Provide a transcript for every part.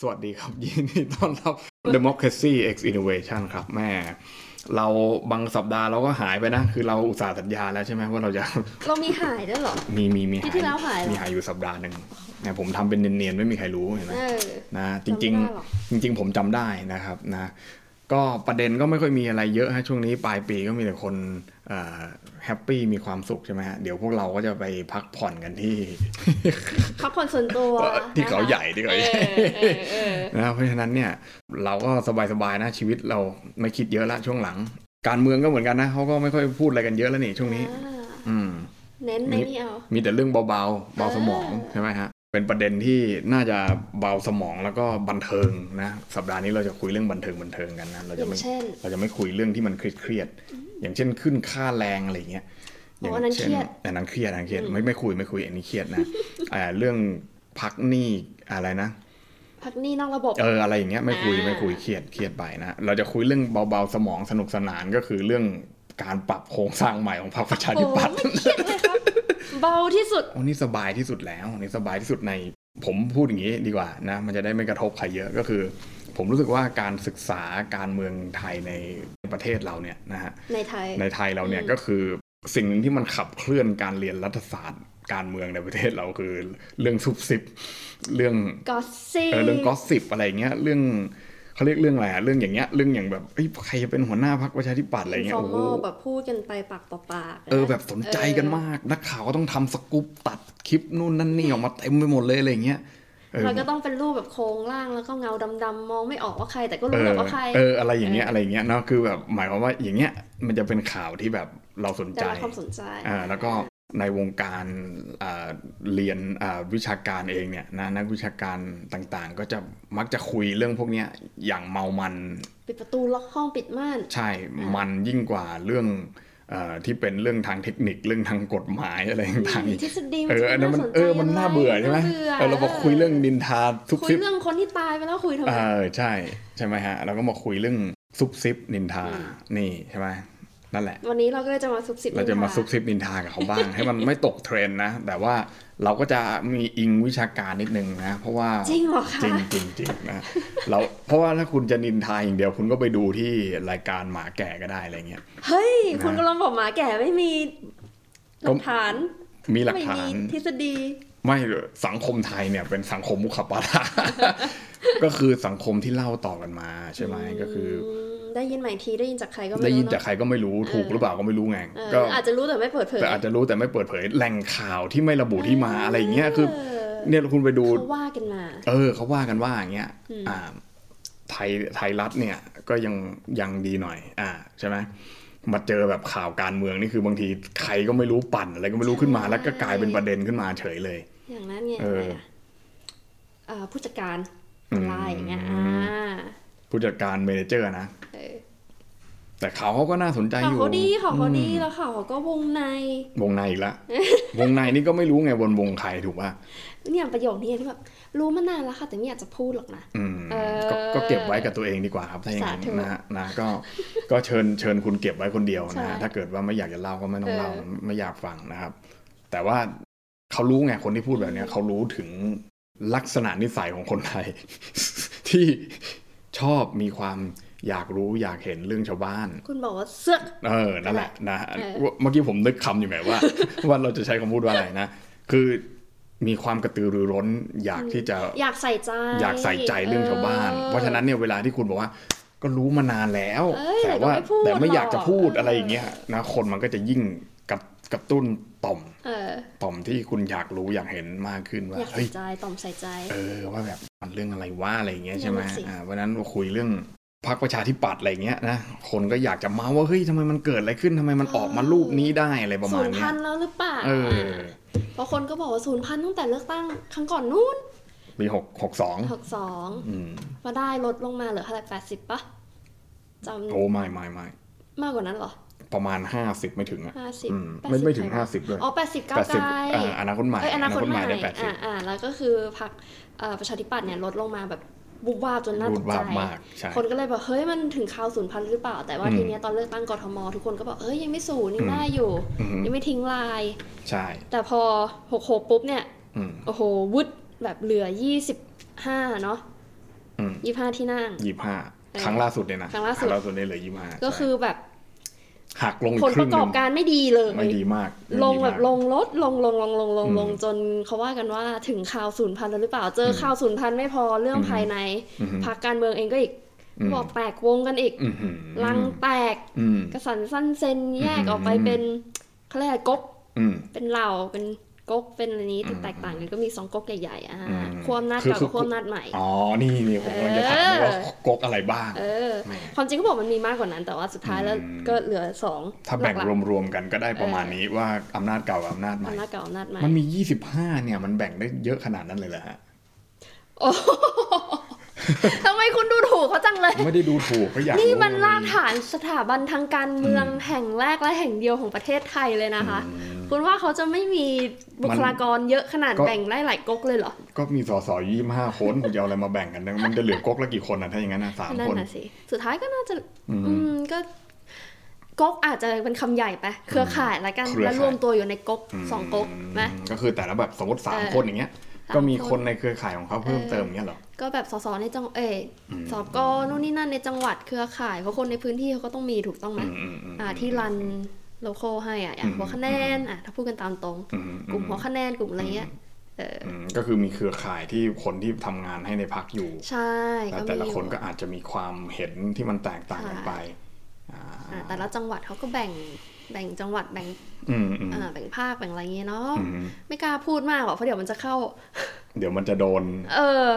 สวัสดีครับ ยินดีต้อนรับ Democracy X Innovation ครับแม่ เราบางสัปดาห์เราก็หายไปนะ คือเราอุตส่าห์สัญญาแล้วใช่ไหมว่าเราจะ เรามีหายด้วยเหรอ มีมีมีหา ที่ที่แล้วหายเหรอ มีหายอยู่สัปดาห์หนึ่งนะผมทำเป็นเนียนๆ ไม่มีใครรู้เห็นไหม เออ นะจ จำไม่ ริง ได้หรอก ๆ จริง ๆ ผมจำได้นะครับนะก็ประเด็นก็ไม่ค่อยมีอะไรเยอะฮะช่วงนี้ปลายปีก็มีแต่คนแฮปปี้มีความสุขใช่ไหมฮะเดี๋ยวพวกเราก็จะไปพักผ่อนกันที่ พักผ่อนส่วนตัว ที่เขาใหญ่ที่ เอ เขา อ ใหญ่ เออเอ อ นะครับเพราะฉะนั้นเนี่ยเราก็สบายๆนะชีวิตเราไม่คิดเยอะละช่วงหลัง การเมืองก็เหมือนกันนะเขาก็ไม่ค่อยพูดอะไรกันเยอะแล้วนี่ช่วงนี้ อ่า อืม เน้นในนี่เอา มีแต่เรื่องเบาๆ เบาสมอง เออ ใช่ไหมฮะ เป็นประเด็นที่น่าจะเบาสมองแล้วก็บันเทิงนะ สัปดาห์นี้เราจะคุยเรื่องบันเทิงบันเทิงกันนะ เรา อ จะ ย่าง ไม่ เช่น เราจะไม่คุยเรื่องที่มันเครียดๆอย่างเช่นขึ้นค่าแรงอะไรอย่างเงี้ย โอ้อันนั้นเครียด อันนั้นเครียดอันนั้นเครียด ไม่ไม่คุยไม่คุยอันนี้เครียดนะ อ่าเรื่องพักหนี้อะไรนะ พักหนี่นอกระบบ เอออะไรอย่างเงี้ยไม่คุย อ่า ไม่คุยเครียดเครียดไปนะเราจะคุยเรื่องเบาๆสมองสนุกสนานก็คือเรื่องการปรับโครงสร้างใหม่ของพรรคประชา โห ธิปัตย์ ไม่เครียดเลยครับ เบาที่สุด โอ้นี่สบายที่สุดแล้วนี่สบายที่สุดในผมพูดอย่างนี้ดีกว่านะ มันจะได้ไม่กระทบใครเยอะก็คือ ผมรู้สึกว่าการศึกษาการเมืองไทยในประเทศเราเนี่ยนะฮะ ในไทย ในไทยเราเนี่ย อืม ก็คือสิ่งหนึ่งที่มันขับเคลื่อนการเรียนรัฐศาสตร์การเมืองในประเทศเราคือเรื่องซุบซิบเรื่อง กอสซี่ เออเรื่องกอสซิบอะไรอย่างเงี้ยเรื่องเขาเรียกเรื่องอะไรอะเรื่องอย่างเงี้ยเรื่องอย่างแบบเอ้ยใครจะเป็นหัวหน้าพรรคประชาธิปัตย์อะไรเงี้ยโอ้โห informal แบบพูดกันไปปากต่อปาก เออแบบสนใจกันมากนักข่าวก็ต้องทำสกู๊ปตัดคลิปนู่นนั่นนี่ออกมาเต็มไปหมดเลยอะไรอย่างเงี้ยเออ เราก็ต้องเป็นรูปแบบโครงร่างแล้วก็เงาดำๆมองไม่ออกว่าใคร แต่ก็ เอ รู้แห อ ละว่าใคร เอออะไรอย่างเงี้ยอะไรอย่างเงี้ยเนาะคือแบบหมายความว่าอย่างเงี้ยมันจะเป็นข่าวที่แบบเราสน ได้ ใจ รับความสนใจ อ่าแล้วก็ในวงการอ่าเรียนอ่าวิชาการเองเนี่ยนะนักวิชาการต่างๆ ก็จะมักจะคุยเรื่องพวกเนี้ยอย่างเมามัน ปิดประตูล็อกห้องปิดม่าน ใช่ มันยิ่งกว่าเรื่องเออที่เป็นเรื่องทางเทคนิคเรื่องทางกฎหมายอะไรต่างๆอีก ทฤษฎี เอออันนั้นมันเออมันน่าเบื่อใช่ไหมเออเรามาคุยเรื่องดินทาซุบ คุย ซิบ เรื่องคนที่ตายไปแล้วคุยทำไม เออใช่ใช่ไหมฮะเราก็มาคุยเรื่องซุบซิบนินทา อืม นี่ใช่ไหมนั่นแหละ วันนี้เราก็จะมาซุบซิบ เราจะมาซุบซิบนินทากับเขาบ้าง ให้มันไม่ตกเทรนด์นะ แต่ว่าเราก็จะมีอิงวิชาการนิดนึงนะ เพราะว่า จริงเหรอคะ จริงจริงจริงนะเราเพราะว่าถ้าคุณจะนินทาอย่างเดียวคุณก็ไปดูที่รายการหมาแก่ก็ได้อะไรเงี้ย เฮ้ย นะ คุณกำลังบอกหมาแก่ไม่มีห ก็ ลักฐาน มีหลัก ไม่ ฐา มี น ทฤษฎี ไม่สังคมไทยเนี่ยเป็นสังคมมุขปาฐา ก็คือสังคมที่เล่าต่อกันมาใช่ไหมก็คือ มได้ยินใหม่ทีได้ยินจากใครก็ไม่รู้ ได้ยินจาก เอะ ใครก็ไม่รู้ถูกหรือเปล่าก็ไม่รู้ไง เออ ก็ อาจจะรู้แต่ไม่เปิดเผย แต่อาจจะรู้แต่ไม่เปิดเผยแหล่งข่าวที่ไม่ระบุที่มาอะไรอย่างเงี้ยคือ เ เนี่ยคุณไปดู เขาว่ากันมา เออเขาว่ากันว่าอย่างเงี้ย อืม อ่าไทยไทยรัฐเนี่ยก็ยังยังดีหน่อย อ่าใช่ไหมมาเจอแบบข่าวการเมืองนี่คือบางทีใครก็ไม่รู้ปั่นอะไรก็ไม่รู้ขึ้นมา แล้วก็กลายเป็นประเด็นขึ้นมาเฉยเลย อย่างนั้นไง เออ เอ่อผู้จัดการอะไรอย่างเงี้ยอ่า ผู้จัดการเมเนเจอร์นะ เออ แต่ข่าวเขาก็น่าสนใจ ข่า อ ว ยู่ เขาดีข่าวเขาดี อื แล้วข่าวเขาก็วงใน มวงในอีกละ วงในนี่ก็ไม่รู้ไงวนวงใครถูกป่ะ เนี่ยประโยคนี้ที่แบบรู้มานานแล้วค่ะ แต่ไม่อยากจะพูดหรอกนะ อืม เออ ก็ก็เก็บไว้กับตัวเองดีกว่าครับถ้าอย่างนั้น สาธุ นะฮะนะก็ก็เชิญเชิญคุณเก็บไว้คนเดียวนะฮะ ใช่ ถ้าเกิดว่าไม่อยากจะเล่าก็ไม่ต้องเล่า เออ ไม่อยากฟังนะครับ แต่ว่าเขารู้ไงคนที่พูดแบบเนี้ยเขารู้ถึงลักษณะนิสัยของคนไทย ที่ชอบมีความอยากรู้อยากเห็นเรื่องชาวบ้าน คุณบอกว่าเสือก เออ นั่นแหละนะ เออ ว่าเมื่อกี้ผมนึกคำอยู่ไงว่า ว่าเราจะใช้คำพูดว่าอะไรนะ คือมีความกระตือรือร้น อยากที่จะ อยากใส่ใจ อยากใส่ใจเรื่องชาวบ้าน เพราะฉะนั้นเนี่ยเวลาที่คุณบอกว่า ก็รู้มานานแล้ว เอ้ย แต่ว่า แต่ก็ไม่พูด แต่ไม่อยากจะพูด หรอก อะไรอย่างเงี้ยนะคนมันก็จะยิ่งกระกระตุ้นต่อม เออ ต่อมที่คุณอยากรู้อยากเห็นมากขึ้นว่า อยาก เฮ้ ใส่ ย ใจต่อมใส่ใจ เออว่าแบบมันเรื่องอะไรว่าอะไรอย่างเงี้ยใช่ไหม นั่นน่ะสิ อ่าวันนั้นเราคุยเรื่องพรรคประชาธิปัตย์อะไรอย่างเงี้ยนะคนก็อยากจะเมาว่าเฮ้ยทำไมมันเกิดอะไรขึ้นทำไมมันออกมารูปนี้ได้อะไรประ ศู มาณ นย์ เนี้ พั ย นธุ์แล้วหรือเปล่า เออ เพราะคนก็บอกว่าศูนย์พันธุ์ตั้งแต่เลือกตั้งครั้งก่อนนู้น ปีหกหกสอง หกสอง อืม มาได้ลดลงมาเหลือเท่าไหร่แปดสิบปะจ โอ้ไม่ไม่ไม่ ำมากกว่านั้นเหรอ ประมาณห้าสิบไม่ถึงอ่ะ ห้าสิบ อืมไม่ไม่ถึงห้าสิบด้วย อ๋อแปดสิบเก้า แปด ไก สิบ ล อ่าอนาคตใหม่ เอ้ยอนาคตใหม่ ได้แปดสิบ อ่าอ่าแล้วก็คือพักประชาธิปัตย์เนี่ยลดลงมาแบบบุบวาบจนน่า รู ต ด กใจ วาบมากใช่ คนก็เลยแบบเฮ้ยมันถึงข่าวศูนย์พันธุ์หรือเปล่า แต่ว่า อืม ทีเนี้ยตอนเลือกตั้งกทม ทุกคนก็บอกเฮ้ยยังไม่ศูนย์ยั อื ง ม ได้อยู่ อือหือ ยังไม่ทิ้งลาย ใช่ แต่พอหกหกปุ๊บเนี่ย อืม โอ้โหวุดแบบเหลือยี่สิบห้าเนาะ อืม ยี่ห้าที่นั่ง ยี่ห้า เออ ครั้งล่าสุดเนี่ยนะ ครั้งล่าสุด เนี่ยเหลือยี่ห้า ก็คือแบบ หักลงอี ผ ก ล ค ป รึ่ ระ ง ก ห อ นึ่ บ ง การไม่ดีเลย ไม่ดีมากเออ ลง ดี แบ มาก บลงลดลงลงลงลงลงลง อืม จนเขาว่ากันว่าถึงข่าวศูนย์พันแล้วหรือเปล่าเจออ ม ข่าวศูนย์พันไม่พอเรื่อง อืม ภายใน อือหือ พรรคการเมืองเองก็อีก อืม บอกแตกวงกันอีก อือหือ ลังแตก อืม กระสันสั้นเซนแยก อืม ออกไปเป็นเขาเรียกอะไรก๊ก อืม เป็นเหล่าเป็นก๊กเป็นอะไรนี้ที่ อืม แตกต่างกันก็มีสองก๊กใหญ่ๆอ่ะ อืม ขั้วอำนาจ คือ เก่า คือ กับขั้วอำนาจใหม่ อ๋อ นี่นี่ผมกำลังจะถามเลยว่า เออ ก๊กอะไรบ้าง เออ แหม่ ความจริงเขาบอกมันมีมากกว่านั้น แต่ว่าสุดท้ายแล้ว อืม ก็เหลือสอง ถ้าแบ่ง หลัก รวมๆกันก็ได้ประมาณนี้ว่าอำนาจเก่ากับอำนาจ ๆ ใหม่ อำนาจเก่าอำนาจใหม่ มันมี 25 เนี่ย มันแบ่งได้เยอะขนาดนั้นเลยเหรอฮะ โอ้ โหทำไมคุณดูถูกเขาจังเลย ไม่ได้ดูถูกก็อยาก นี่ รู้ มัน ว่ รากฐานสถาบันทางการเมือง อืม แห่งแรกและแห่งเดียวของประเทศไทยเลยนะคะ อืม คุณว่าเขาจะไม่มีบุคลากรเยอะขนาด ก็ แบ่งได้หลายก๊กเลยเหรอ ก็มีสสยี่ห้าคนคุณจะเอาอะไรมาแบ่งกันนะมันจะเหลือก๊กละกี่คนอ่ะถ้าอย่างนั้นนะสาม นั่ คน น น่ะสิ สุดท้ายก็น่าจะ อืม อืมก็ก๊กอาจจะเป็นคำใหญ่ไป เครือข่ายละกัน เครือข่าย แล้วรวมตัวอยู่ในก๊กสองก๊ก ม นะ ก็คือแต่ละแบบสมมติสาม เออ คนอย่างเงี้ย สาม ก็มี คน คนในเครือข่ายของเขาเพิ่ม เออ เติมอย่างเงี้ยเหรอ ก็แบบสสในจังเอย อืม สกนู่นนี่นั่นในจังหวัดเครือข่ายเพราะคนในพื้นที่เขาก็ต้องมีถูกต้องไหม อืมอืมอืม อ่าที่รันโลโก้ให้อ่ะอย่าง อืม หัวคะแนนอ่ะถ้าพูดกันตามตรง อืม กลุ่มหัวคะแนนกลุ่มอะไรเงี้ยเออ อืมก็คือมีเครือข่ายที่คนที่ทำงานให้ในพักอยู่ ใช่ แต่ ก็ แต่ มี ละ อ คน ยู่ ก็อาจจะมีความเห็นที่มันแตกต่างกันไปอ่า อ่าแต่ละจังหวัดเขาก็แบ่งแบ่งจังหวัดแบ่ง อืมอืม อ่าแบ่งภาคแบ่งอะไรเงี้ยเนาะ อืม ไม่กล้าพูดมากหรอกเพราะเดี๋ยวมันจะเข้า เดี๋ยวมันจะโดน เออ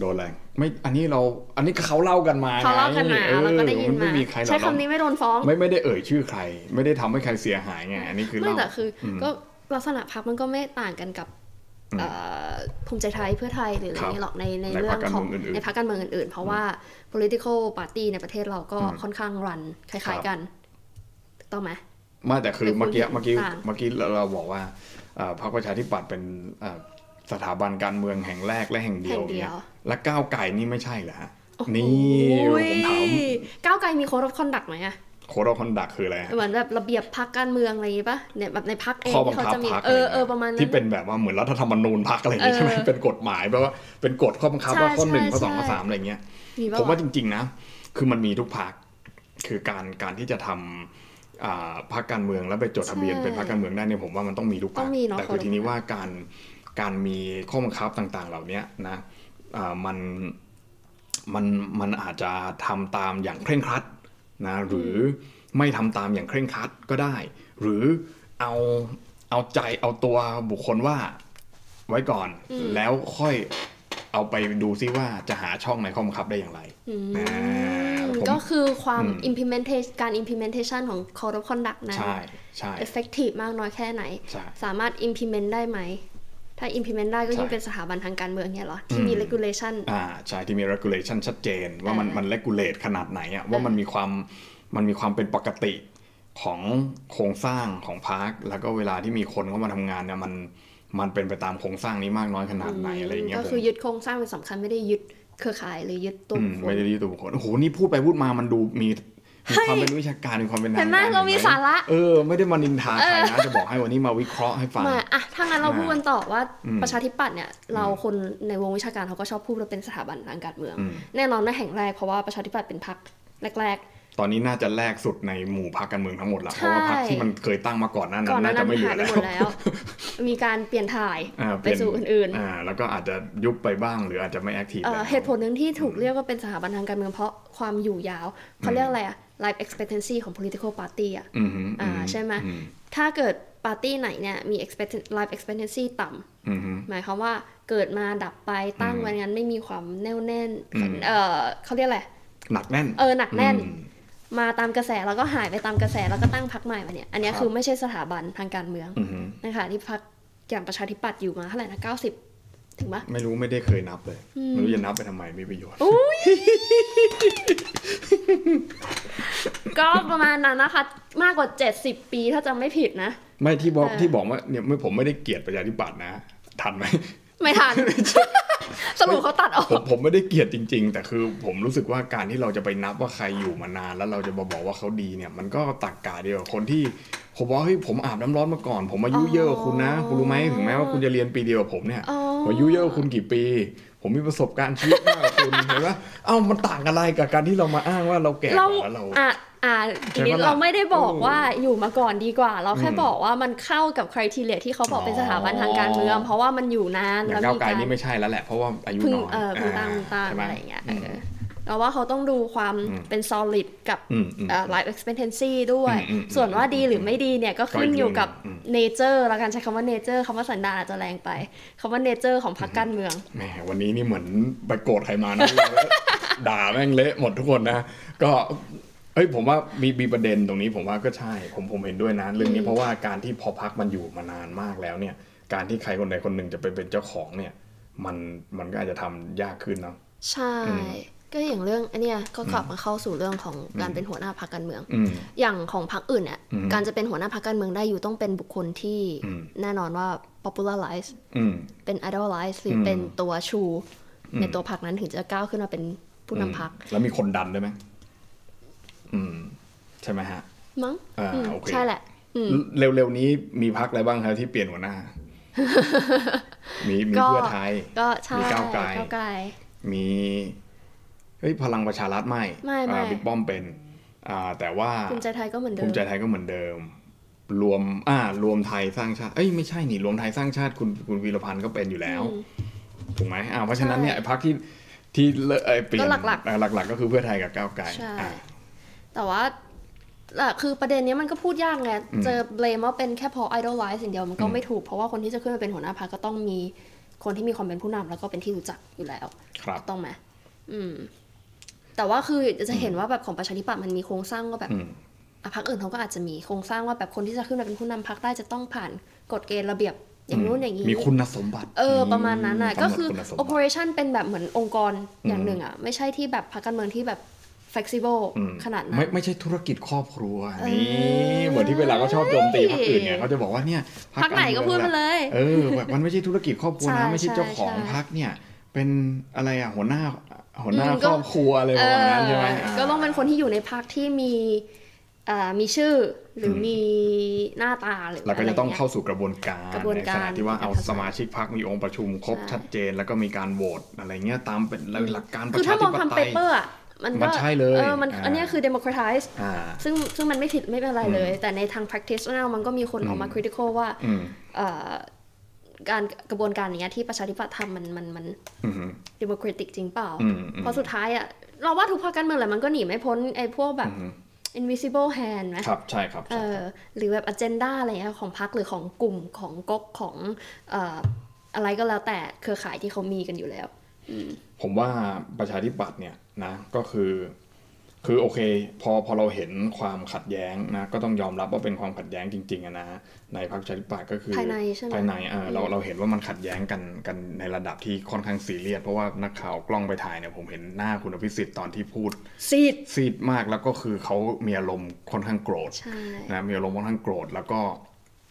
โดนอะไรไม่อันนี้เราอันนี้เขาเล่ากันมา เขาเล่ากันมา ไงออ เราก็ได้ยิน มั มา ไม่มีใครหรอก ใช้คำนี้ไม่โดนฟ้อง ไม่ไม่ได้เอ่ยชื่อใคร ไม่ได้ทำให้ใครเสียหายไงอันนี้คือ ไม่ เล่า แต่คืออ ม ก็ลักษณะพักมันก็ไม่ต่างกันกับ อืม เอ่อภูมิใจไทยเพื่อไทยหรืออะไร ครับ เงี้ยหรอกในใน ใน เรื่ พรรงอคการ ของ เมืองอื่นๆ ในพรรคการเมืองอื่นๆ เพราะว่า political party ในประเทศเราก็ อืม ค่อนข้างรันค ครั ล้าย บ ๆกันถูกต้องไหม ไม่แต่คือ หรือ เมื่อกี้ คุณ เมื่อกี้ ต่าง เมื่อกี้เราเราบอกว่าเอ่อพรรคประชาธิปัตย์เป็นเอ่อสถาบันการเมืองแห่งแรกและแห่งเดี แห่ ย ง ว เดี เนี่ย ยว และก้าวไก่นี่ไม่ใช่เหรอฮะ โอ้โห นี่ผมถาม ก้าวไกลมีโค้ดคอนดักไหมอะ โคดอคอนดักคืออะไรฮะ เหมือนแบบระเบียบพักการเมืองอะไรอย่างงี้ปะเนี่ยแบบในพักเอง ข้อบั ที่ ง เขา คับ จะมี พรรค เออเออประมาณนั้ ที่ น เป็นแบบว่าเหมือนรัฐธรรมนูญพรรคอะไรอย่างงี้ใช่ไหม เออ เป็นกฎหมายแบบว่าเป็นกฎข้อบังคับว่า ใช่ ข้อหนึ่ง ใช่ ข้อสอง ใช่ ข้อสามอะไรเงี้ย มีปะ ผม วะ ว่าจริงๆนะคือมันมีทุกพรรคคือการการที่จะทำอ่าพรรคการเมืองแล้วไปจดทะเบียนเป็นพรรคการเมืองได้เนี่ยผมว่ามันต้องมีทุก ต้องมีเนาะ แต่ โค้ คือ ด ทีนี้ว่าการการมีข้อบังคับต่างๆ เหล่าเนี้ยนะอ่ามันมันมันอาจจะทำตามอย่างเคร่งครัดนะหรือไม่ทำตามอย่างเคร่งครัดก็ได้ หรือเอาเอาใจเอาตัวบุคคลว่าไว้ก่อน อืม แล้วค่อยเอาไปดูซิว่าจะหาช่องในข้อบังคับได้อย่างไร อืม อ่าผม ก็คือความ อืม implementation การ implementation ของ code of conduct นะ ใช่ใช่ effective มากน้อยแค่ไหน ใช่ สามารถ implement ได้ไหม ถ้า implement ได้ก็ ใช่ ยิ่งเป็นสถาบันทางการเมืองเนี่ยเหรอ ที่ อืม มี regulation อ่าใช่ที่มี regulation ชัดเจน ว่ามัน เออ มัน regulate ขนาดไหนอะว่ามันมีความมันมีความเป็นปกติของโครงสร้างของพาร์คแล้วก็เวลาที่มีคนเข้ามาทำงานเนี่ยมันมันเป็นไปตามโครงสร้างนี้มากน้อยขนาดไหนอะไรอย่างเงี้ย ก็ ผม คือยึดโครงสร้างเป็นสำคัญไม่ได้ยึดเครือข่ายหรือยึดตัว อืม บุคค ไม่ ล ได้ดีตัวบุคคลโอ้โหนี่พูดไปพูดมามันดูมีมีความเป็นวิชาการมีความเป็นทาง เห็นไหม การ เรามีสาระ เออไม่ได้มานินทาใครนะจะบอกให้วันนี้มาวิเคราะห์ให้ฟัง มาอะถ้างั้นเรา อ่า พูดกันต่อว่า อืม ประชาธิปัตย์เนี่ย เราคนในวงวิชาการเขาก็ชอบพูดว่าเป็นสถาบันทางการเมือง อืม แน่นอนนะแห่งแรกเพราะว่าประชาธิปัตย์เป็นพรรคแรก ตอนนี้น่าจะแรกสุดในหมู่พรรคการเมืองทั้งหมดละเพราะว่าพใช่รรคที่มันเคยตั้งมาก่อนหนั้า ๆ นั้ ก่อน น หน้า น่า นั้ จะ น ไม่เหลื หาย อ ไป แล้ หม ว ดแล้ว มีการเปลี่ยนถ่าย อ่า ไปสู่อื่นๆ อ่า แล้วก็อาจจะยุบไปบ้างหรืออาจจะไม่แอคทีฟ เอ่อ แล้ว เหตุผลหนึ่งที่ถูกเรียกว่าเป็นสถาบันทางการเมืองเพราะความอยู่ยาวเขาเรียกอะไรอะ life expectancy ของ political party อะ อืมฮึ อ่าใช่ไหม อื ถ้าเกิด party ไหนเนี่ยมี expect life expectancy ต่ำ อืมฮึ หมายความว่าเกิดมาดับไปตั้งไว้งั้นไม่มีความแน่วแน่น อืม เออเขาเรียกอะไร หนักแน่น เออหนักแน่น อืม มาตามกระแสแล้วก็หายไปตามกระแสแล้วก็ตั้งพรรคใหม่มาเนี่ยอันเนี้ย ครับ คือไม่ใช่สถาบันทางการเมือง อืมฮึ นะคะที่พรรคอย่างประชาธิปัตย์อยู่มาเท่าไหร่นะ90 ถึงปะ ไม่รู้ไม่ได้เคยนับเลย ไม่รู้จะนับไปทำไมไม่ประโยชน์ ก็ประมาณนั้นนะคะ มากกว่า 70 ปีถ้าจำไม่ผิดนะ ไม่ที่บอก เออ ที่บอกว่าเนี่ยไม่ผมไม่ได้เกลียดประชาธิปัตย์นะ ทันไหม ไม่ทัน สรุปเขาตัดออ ผม ก ผมไม่ได้เกลียดจริง ๆ แต่คือผมรู้สึกว่าการที่เราจะไปนับว่าใครอยู่มานาน แล้วเราจะมาบอกว่าเขาดีเนี่ย มันก็ตักกาเดียวกับคนที่ผมบอกว่าเฮ้ยผมอาบน้ำร้อนมาก่อน ผมอายุเยอะกว่าคุณนะ คุณรู้ไหมถึงแม้ว่าคุณจะเรียนปีเดียวกับผมเนี่ย อ๋อ ผมอายุเยอะกว่าคุณกี่ปี ผมมีประสบการณ์ชีวิตมากกว่าคุณ เห็นไหม เอ้ามันต่างอะไรกับการที่เรามาอ้างว่าเราแก่ก เรา ว่าแล้วเรา อ่ะอ่ะ ใช่ อีกนิด ปะล่ะ เราไม่ได้บอก โอ้ ว่าอยู่มาก่อนดีกว่า เราแค่ อืม บอกว่ามันเข้ากับคุณทีเลียที่เขาบอกเป็นสถาบันทางการเมือง อ๋อ เพราะว่ามันอยู่นาน อย่า แล้ว งก้าว มี ไกล การ นี่ไม่ใช่แล้วแหละเพราะว่าอายุ พึ่ง น้อย เออพึ่งตั้งพึ่งตั้ง ใช่หม อะไรอย่างเงี้ยเอออเราว่าเขาต้องดูความ อืม เป็น solid กับ อืมอืม เอ่อ life expectancy ด้วย อืมอืม ส่วนว่าดีหรือไม่ดีเนี่ยก็ขึ้นอยู่กับ อืม nature ละกันใช้คำว่า nature คำว่าสันดานอาจจะแรงไปคำว่า nature ของพรรคการเมือง แหมวันนี้นี่เหมือนไปโกรธใครมานะ ด่าแม่งเละหมดทุกคนนะ ก็เอ้ยผมว่ามีมีประเด็นตรงนี้ผมว่าก็ใช่ผมผมเห็นด้วยนะเรื่องนี้เพราะว่าการที่พอพักมันอยู่มานานมากแล้วเนี่ย การที่ใครคนใดคนหนึ่งจะไปเป็นเจ้าของเนี่ย มันมันก็อาจจะทำยากขึ้นเนาะ ใช่ ก็อย่างเรื่องอันเนี้ยก็กลับมาเข้าสู่เรื่องของการเป็นหัวหน้าพรรคการเมือง อืม อย่างของพรรคอื่นเนี่ย อืม การจะเป็นหัวหน้าพรรคการเมืองได้อยู่ต้องเป็นบุคคลที่ อืม แน่นอนว่า popularize อืม เป็น idolize หรืออ ม เป็นตัวชู ในตัวพรรคนั้นถึงจะก้าวขึ้นมาเป็นผู้นำพรรค แล้วมีคนดันด้วยไหมอืม ใช่ไหมฮะ มั้ง อ่า อืม โอเค ใช่แหละ อืม เร็วๆนี้มีพักอะไรบ้างครับที่เปลี่ยนหัวห น้า มีมี ก็ เพื่อไทย ก็ใช่ มีก้าวไกล ก้าวไกล มีเฮ้ยพลังประชารัฐไม่ ไม่ไม่ อ่าบิ๊กป้อมเป็นอ่าแต่ว่า ภูมิใจไทยก็เหมือนเดิ ภู ม มิใจไทยก็เหมือนเดิม รวมอ่ารวมไทยสร้างชาติเอ้ยไม่ใช่นี่รวมไทยสร้างชาติคุณคุณวีรพันธ์ก็เป็นอยู่แล้ว อืม ถูกไหมอ่าเพราะฉะนั้น ใช่ เนี่ยไอ้พักที่ที่เลอะเอ่อเปลี่ยน ก็หลักๆ อ่าหลัก ๆ ก็คือเพื่อไทยกับก้าวไกล ใช่ อ่า แต่ว่าอ่ะคือประเด็นเนี้ยมันก็พูดยากไง อืม เจอเบลมว่าเป็นแค่เพอไอดอลไลซ์สิ่างเดียวมันก็ไม่ถูก เพราะว่าคนที่จะขึ้นมาเป็นหัวหน้าพรรคก็ต้องมีคนที่มีความเป็นผู้นำแล้วก็เป็นที่รู้จักอยู่แล้ว ครับ ถูกต้องไหมอืม แต่ว่าคือจะเห็นว่าแบบของประชาธิปัตย์มันมีโครงสร้างว่าแบบ อืม อ่ะพรรคอื่นเขาก็อาจจะมีโครงสร้างว่าแบบคนที่จะขึ้นมาเป็นผู้นำพรรคได้จะต้องผ่านกฎเกณฑ์ระเบียบอย่างนู้นอย่างนี้ มีคุณสมบัติ เออ ประมาณนั้นอ่ะ กำหด ก็คือ ณสมบัติ operation เป็นแบบเหมือนองค์กรอย่าง อืม หนึ่งอ่ะ ไม่ใช่ที่แบบพรรคการเมืองที่แบบ flexible อืม ขนาดนั้ ไม่ น ไม่ใช่ธุรกิจครอบครัว เออ นี่เหมือนที่เวลาเขาชอบโจมตีพรรคอื่นเนี่ยเขาจะบอกว่าเนี่ย พรรคไหนก็พูดมาเลย เออแบบ มันไม่ใช่ธุรกิจครอบครัว ใช่ นะไม่ใช่เจ้าของ ใช่ พรรคเนี่ย เป็นอะไรอ่ะหัวหน้าหัวหน้า อืม ค ก็ รอบครัวอะไรประมาณนั้นใช่ไหม เออา ก็ต้องเป็นคนที่อยู่ในพรรคที่มีเอ่อมีชื่อหรืออ ม มีหน้าตาหรือ แล้วก็ ไร จะต้อง เงี้ย เข้าสู่กระบวนการ กระบวน ใน การ ขณะที่ว่าเอา ในการทำ สมาชิกพรรคมีองค์ประชุมครบ ใช่ ชัดเจน แล้วก็มีการโหวตอะไรเงี้ยตามเป็นหลักการประ คือ ชา ถ้าม ธิ อง ป ทำ ไต เป ย เปอร์อ่ะ มัน มั ก็ นใช่เลย ออมัน อ่า อันเนี้ยคือ democratize อ่า ซึ่งซึ่งมันไม่ผิดไม่เป็นไรเลย แต่ในทาง practitioner มันก็มีคนออกมา critical ว่า อืม เอ่อการกระบวนการเนี้ยที่ประชาธิปัตย์ทำมันมันมัน อืม ดิโมครติกจริงเปล่า อืมอืม เพราะสุดท้ายอะเราว่าทุกภาคการเมืองแหละมันก็หนีไม่พ้นไอ้พวกแบบ อือฮึ invisible hand ไหม ครับใช่ครับ เอ ใช่ อหรือแบบ agenda อะไรเงี้ยของพรรคหรือของกลุ่มของก๊กของเอ่ออะไรก็แล้วแต่เครือข่ายที่เขามีกันอยู่แล้ว ผมว่าประชาธิปัตย์เนี่ยนะก็คือ คือโอเค พอพอเราเห็นความขัดแย้งนะก็ต้องยอมรับว่าเป็นความขัดแย้งจริงๆอะนะในพรรคประชาธิปัตย์ก็คือ ภายในใช่ไหม ภายในเออเราเราเห็นว่ามันขัดแย้งกันกันในระดับที่ค่อนข้างซีเรียสเพราะว่านักข่าวกล้องไปถ่ายเนี่ยผมเห็นหน้าคุณอภิสิทธิ์ตอนที่พูด ซีด ซีดมากแล้วก็คือเขามีอารมณ์ค่อนข้างโกรธ ใช่ นะมีอารมณ์ค่อนข้างโกรธแล้วก็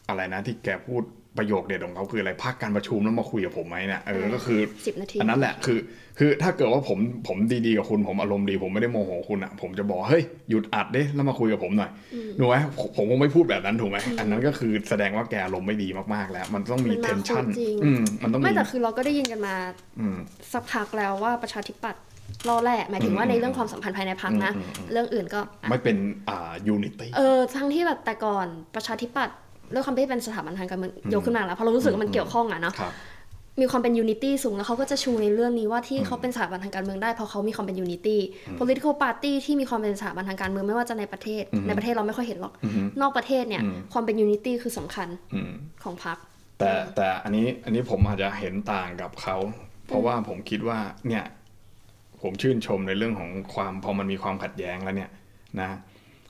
อะไรนะที่แกพูดประโยคเด็ดของเขาคืออะไรพักการประชุมแล้วมาคุยกับผมไหมเนี่ยเออก็คือ สิบนาที อันนั้นแหละคือ คือถ้าเกิดว่าผมผมดีๆกับคุณผมอารมณ์ดี ผมไม่ได้โมโหคุณอะผมจะบอกเฮ้ยหยุดอัดดิแล้วมาคุยกับผมหน่อยถูกไหมผมผมคงไม่พูดแบบนั้นถูกไหมอันนั้นก็คือแสดงว่าแกอารมณ์ไม่ดีมากๆแล้ว มันต้องมี มันมา เทนชั่น คุยจริง อืมมันต้องมี ไม่แต่คือเราก็ได้ยินกันมา อืม สักพักแล้วว่าประชาธิปัตย์รอแหละหมายถึงว่าในเรื่องความสัมพันธ์ภายในพรรคนะ เรื่องอื่นก็อ่ะ ไม่เป็นอ่ายูนิตี้ เออทั้งที่แบบแต่ก่อนประชาธิปัตย์ด้วยความที่เป็นสถาบันทางการเมืองยกขึ้นมาแล้วเพราะเรารู้สึกว่ามันเกี่ยวข้องอะเนาะ ครับ มีความเป็นยูนิตี้สูงแล้วเขาก็จะชูในเรื่องนี้ว่าที่เขาเป็นสถาบันทางการเมืองได้เพราะเขามีความเป็นยูนิตี้ political party ที่มีความเป็นสถาบันทางการเมืองไม่ว่าจะในประเทศ ในประเทศเราไม่ค่อยเห็นหรอก นอกประเทศเนี่ย ความเป็นยูนิตี้คือสำคัญ อืม ของพรรค แต่แต่อันนี้อันนี้ผมอาจจะเห็นต่างกับเขา เพราะว่าผมคิดว่าเนี่ยผมชื่นชมในเรื่องของความพอมันมีความขัดแย้งแล้วเนี่ยนะ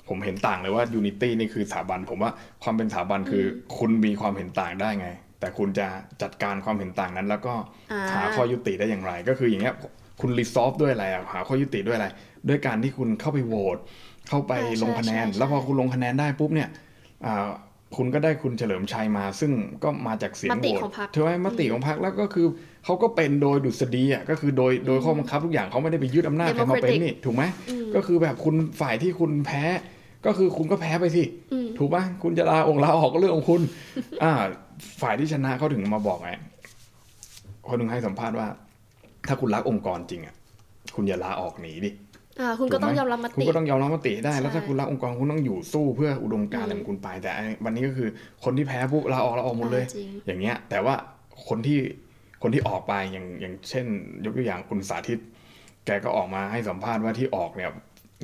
ผมเห็นต่างเลยว่ายูนิตี้นี่คือสถาบัน ผมว่าความเป็นสถาบันคืออคุณมีความเห็นต่างได้ไง แต่คุณจะจัดการความเห็นต่างนั้น แล้วก็ อ่า หาข้อยุติได้อย่างไร ก็คืออย่างเงี้ยคุณรีซอฟด้วยอะไรอะหาข้อยุติด้วยอะไร ด้วยการที่คุณเข้าไปโหวตเข้าไปลงคะแนน แล้วพอคุณลงคะแนนได้ปุ๊บเนี่ยอ่าคุณก็ได้คุณเฉลิมชัยมา ซึ่งก็มาจากเสียง ม โห ติ ว ของพรรค ต ถือว่ามติของพรรคแล้วก็คือเขาก็เป็นโดยดุษฎีอ่ะก็คือโดยโดยข้อบังคับทุกอย่างเขาไม่ได้ไปยึดอำนาจใครมาเป็น Democratic นี่ถูกไหมก็คือแบบคุณฝ่ายที่คุณแพ้ ก็คือคุณก็แพ้ไปสิถูกไหมคุณจะลาองค์ลาออกก็เรื่องของคุณ อ่า ฝ่ายที่ชนะเขาถึงมาบอกไงคนหนึ่งให้สัมภาษณ์ว่า ถ้าคุณรักองค์กรจริงอ่ะคุณอย่าลาออกหนีดิ อ่าคุณก็ ถูไห ต้องยอมรับม คุณ ติ ก็ต้องยอมรับมติให้ได้ แล้ว ใช่ ถ้าคุณรักองค์กรคุณต้องอยู่สู้เพื่ออุดมการณ์อะไรของคุณไป แต่อันวันนี้ก็คือคนที่แพ้ปุ๊บลาออกลาออกหมดเลย อ่าจริง อย่างเงี้ย แต่ว่าคนที่คนที่ออกไปอย่างอย่างเช่น ยกตัวอย่างคุณสาธิต แกก็ออกมาให้สัมภาษณ์ว่าที่ออกเนี่ย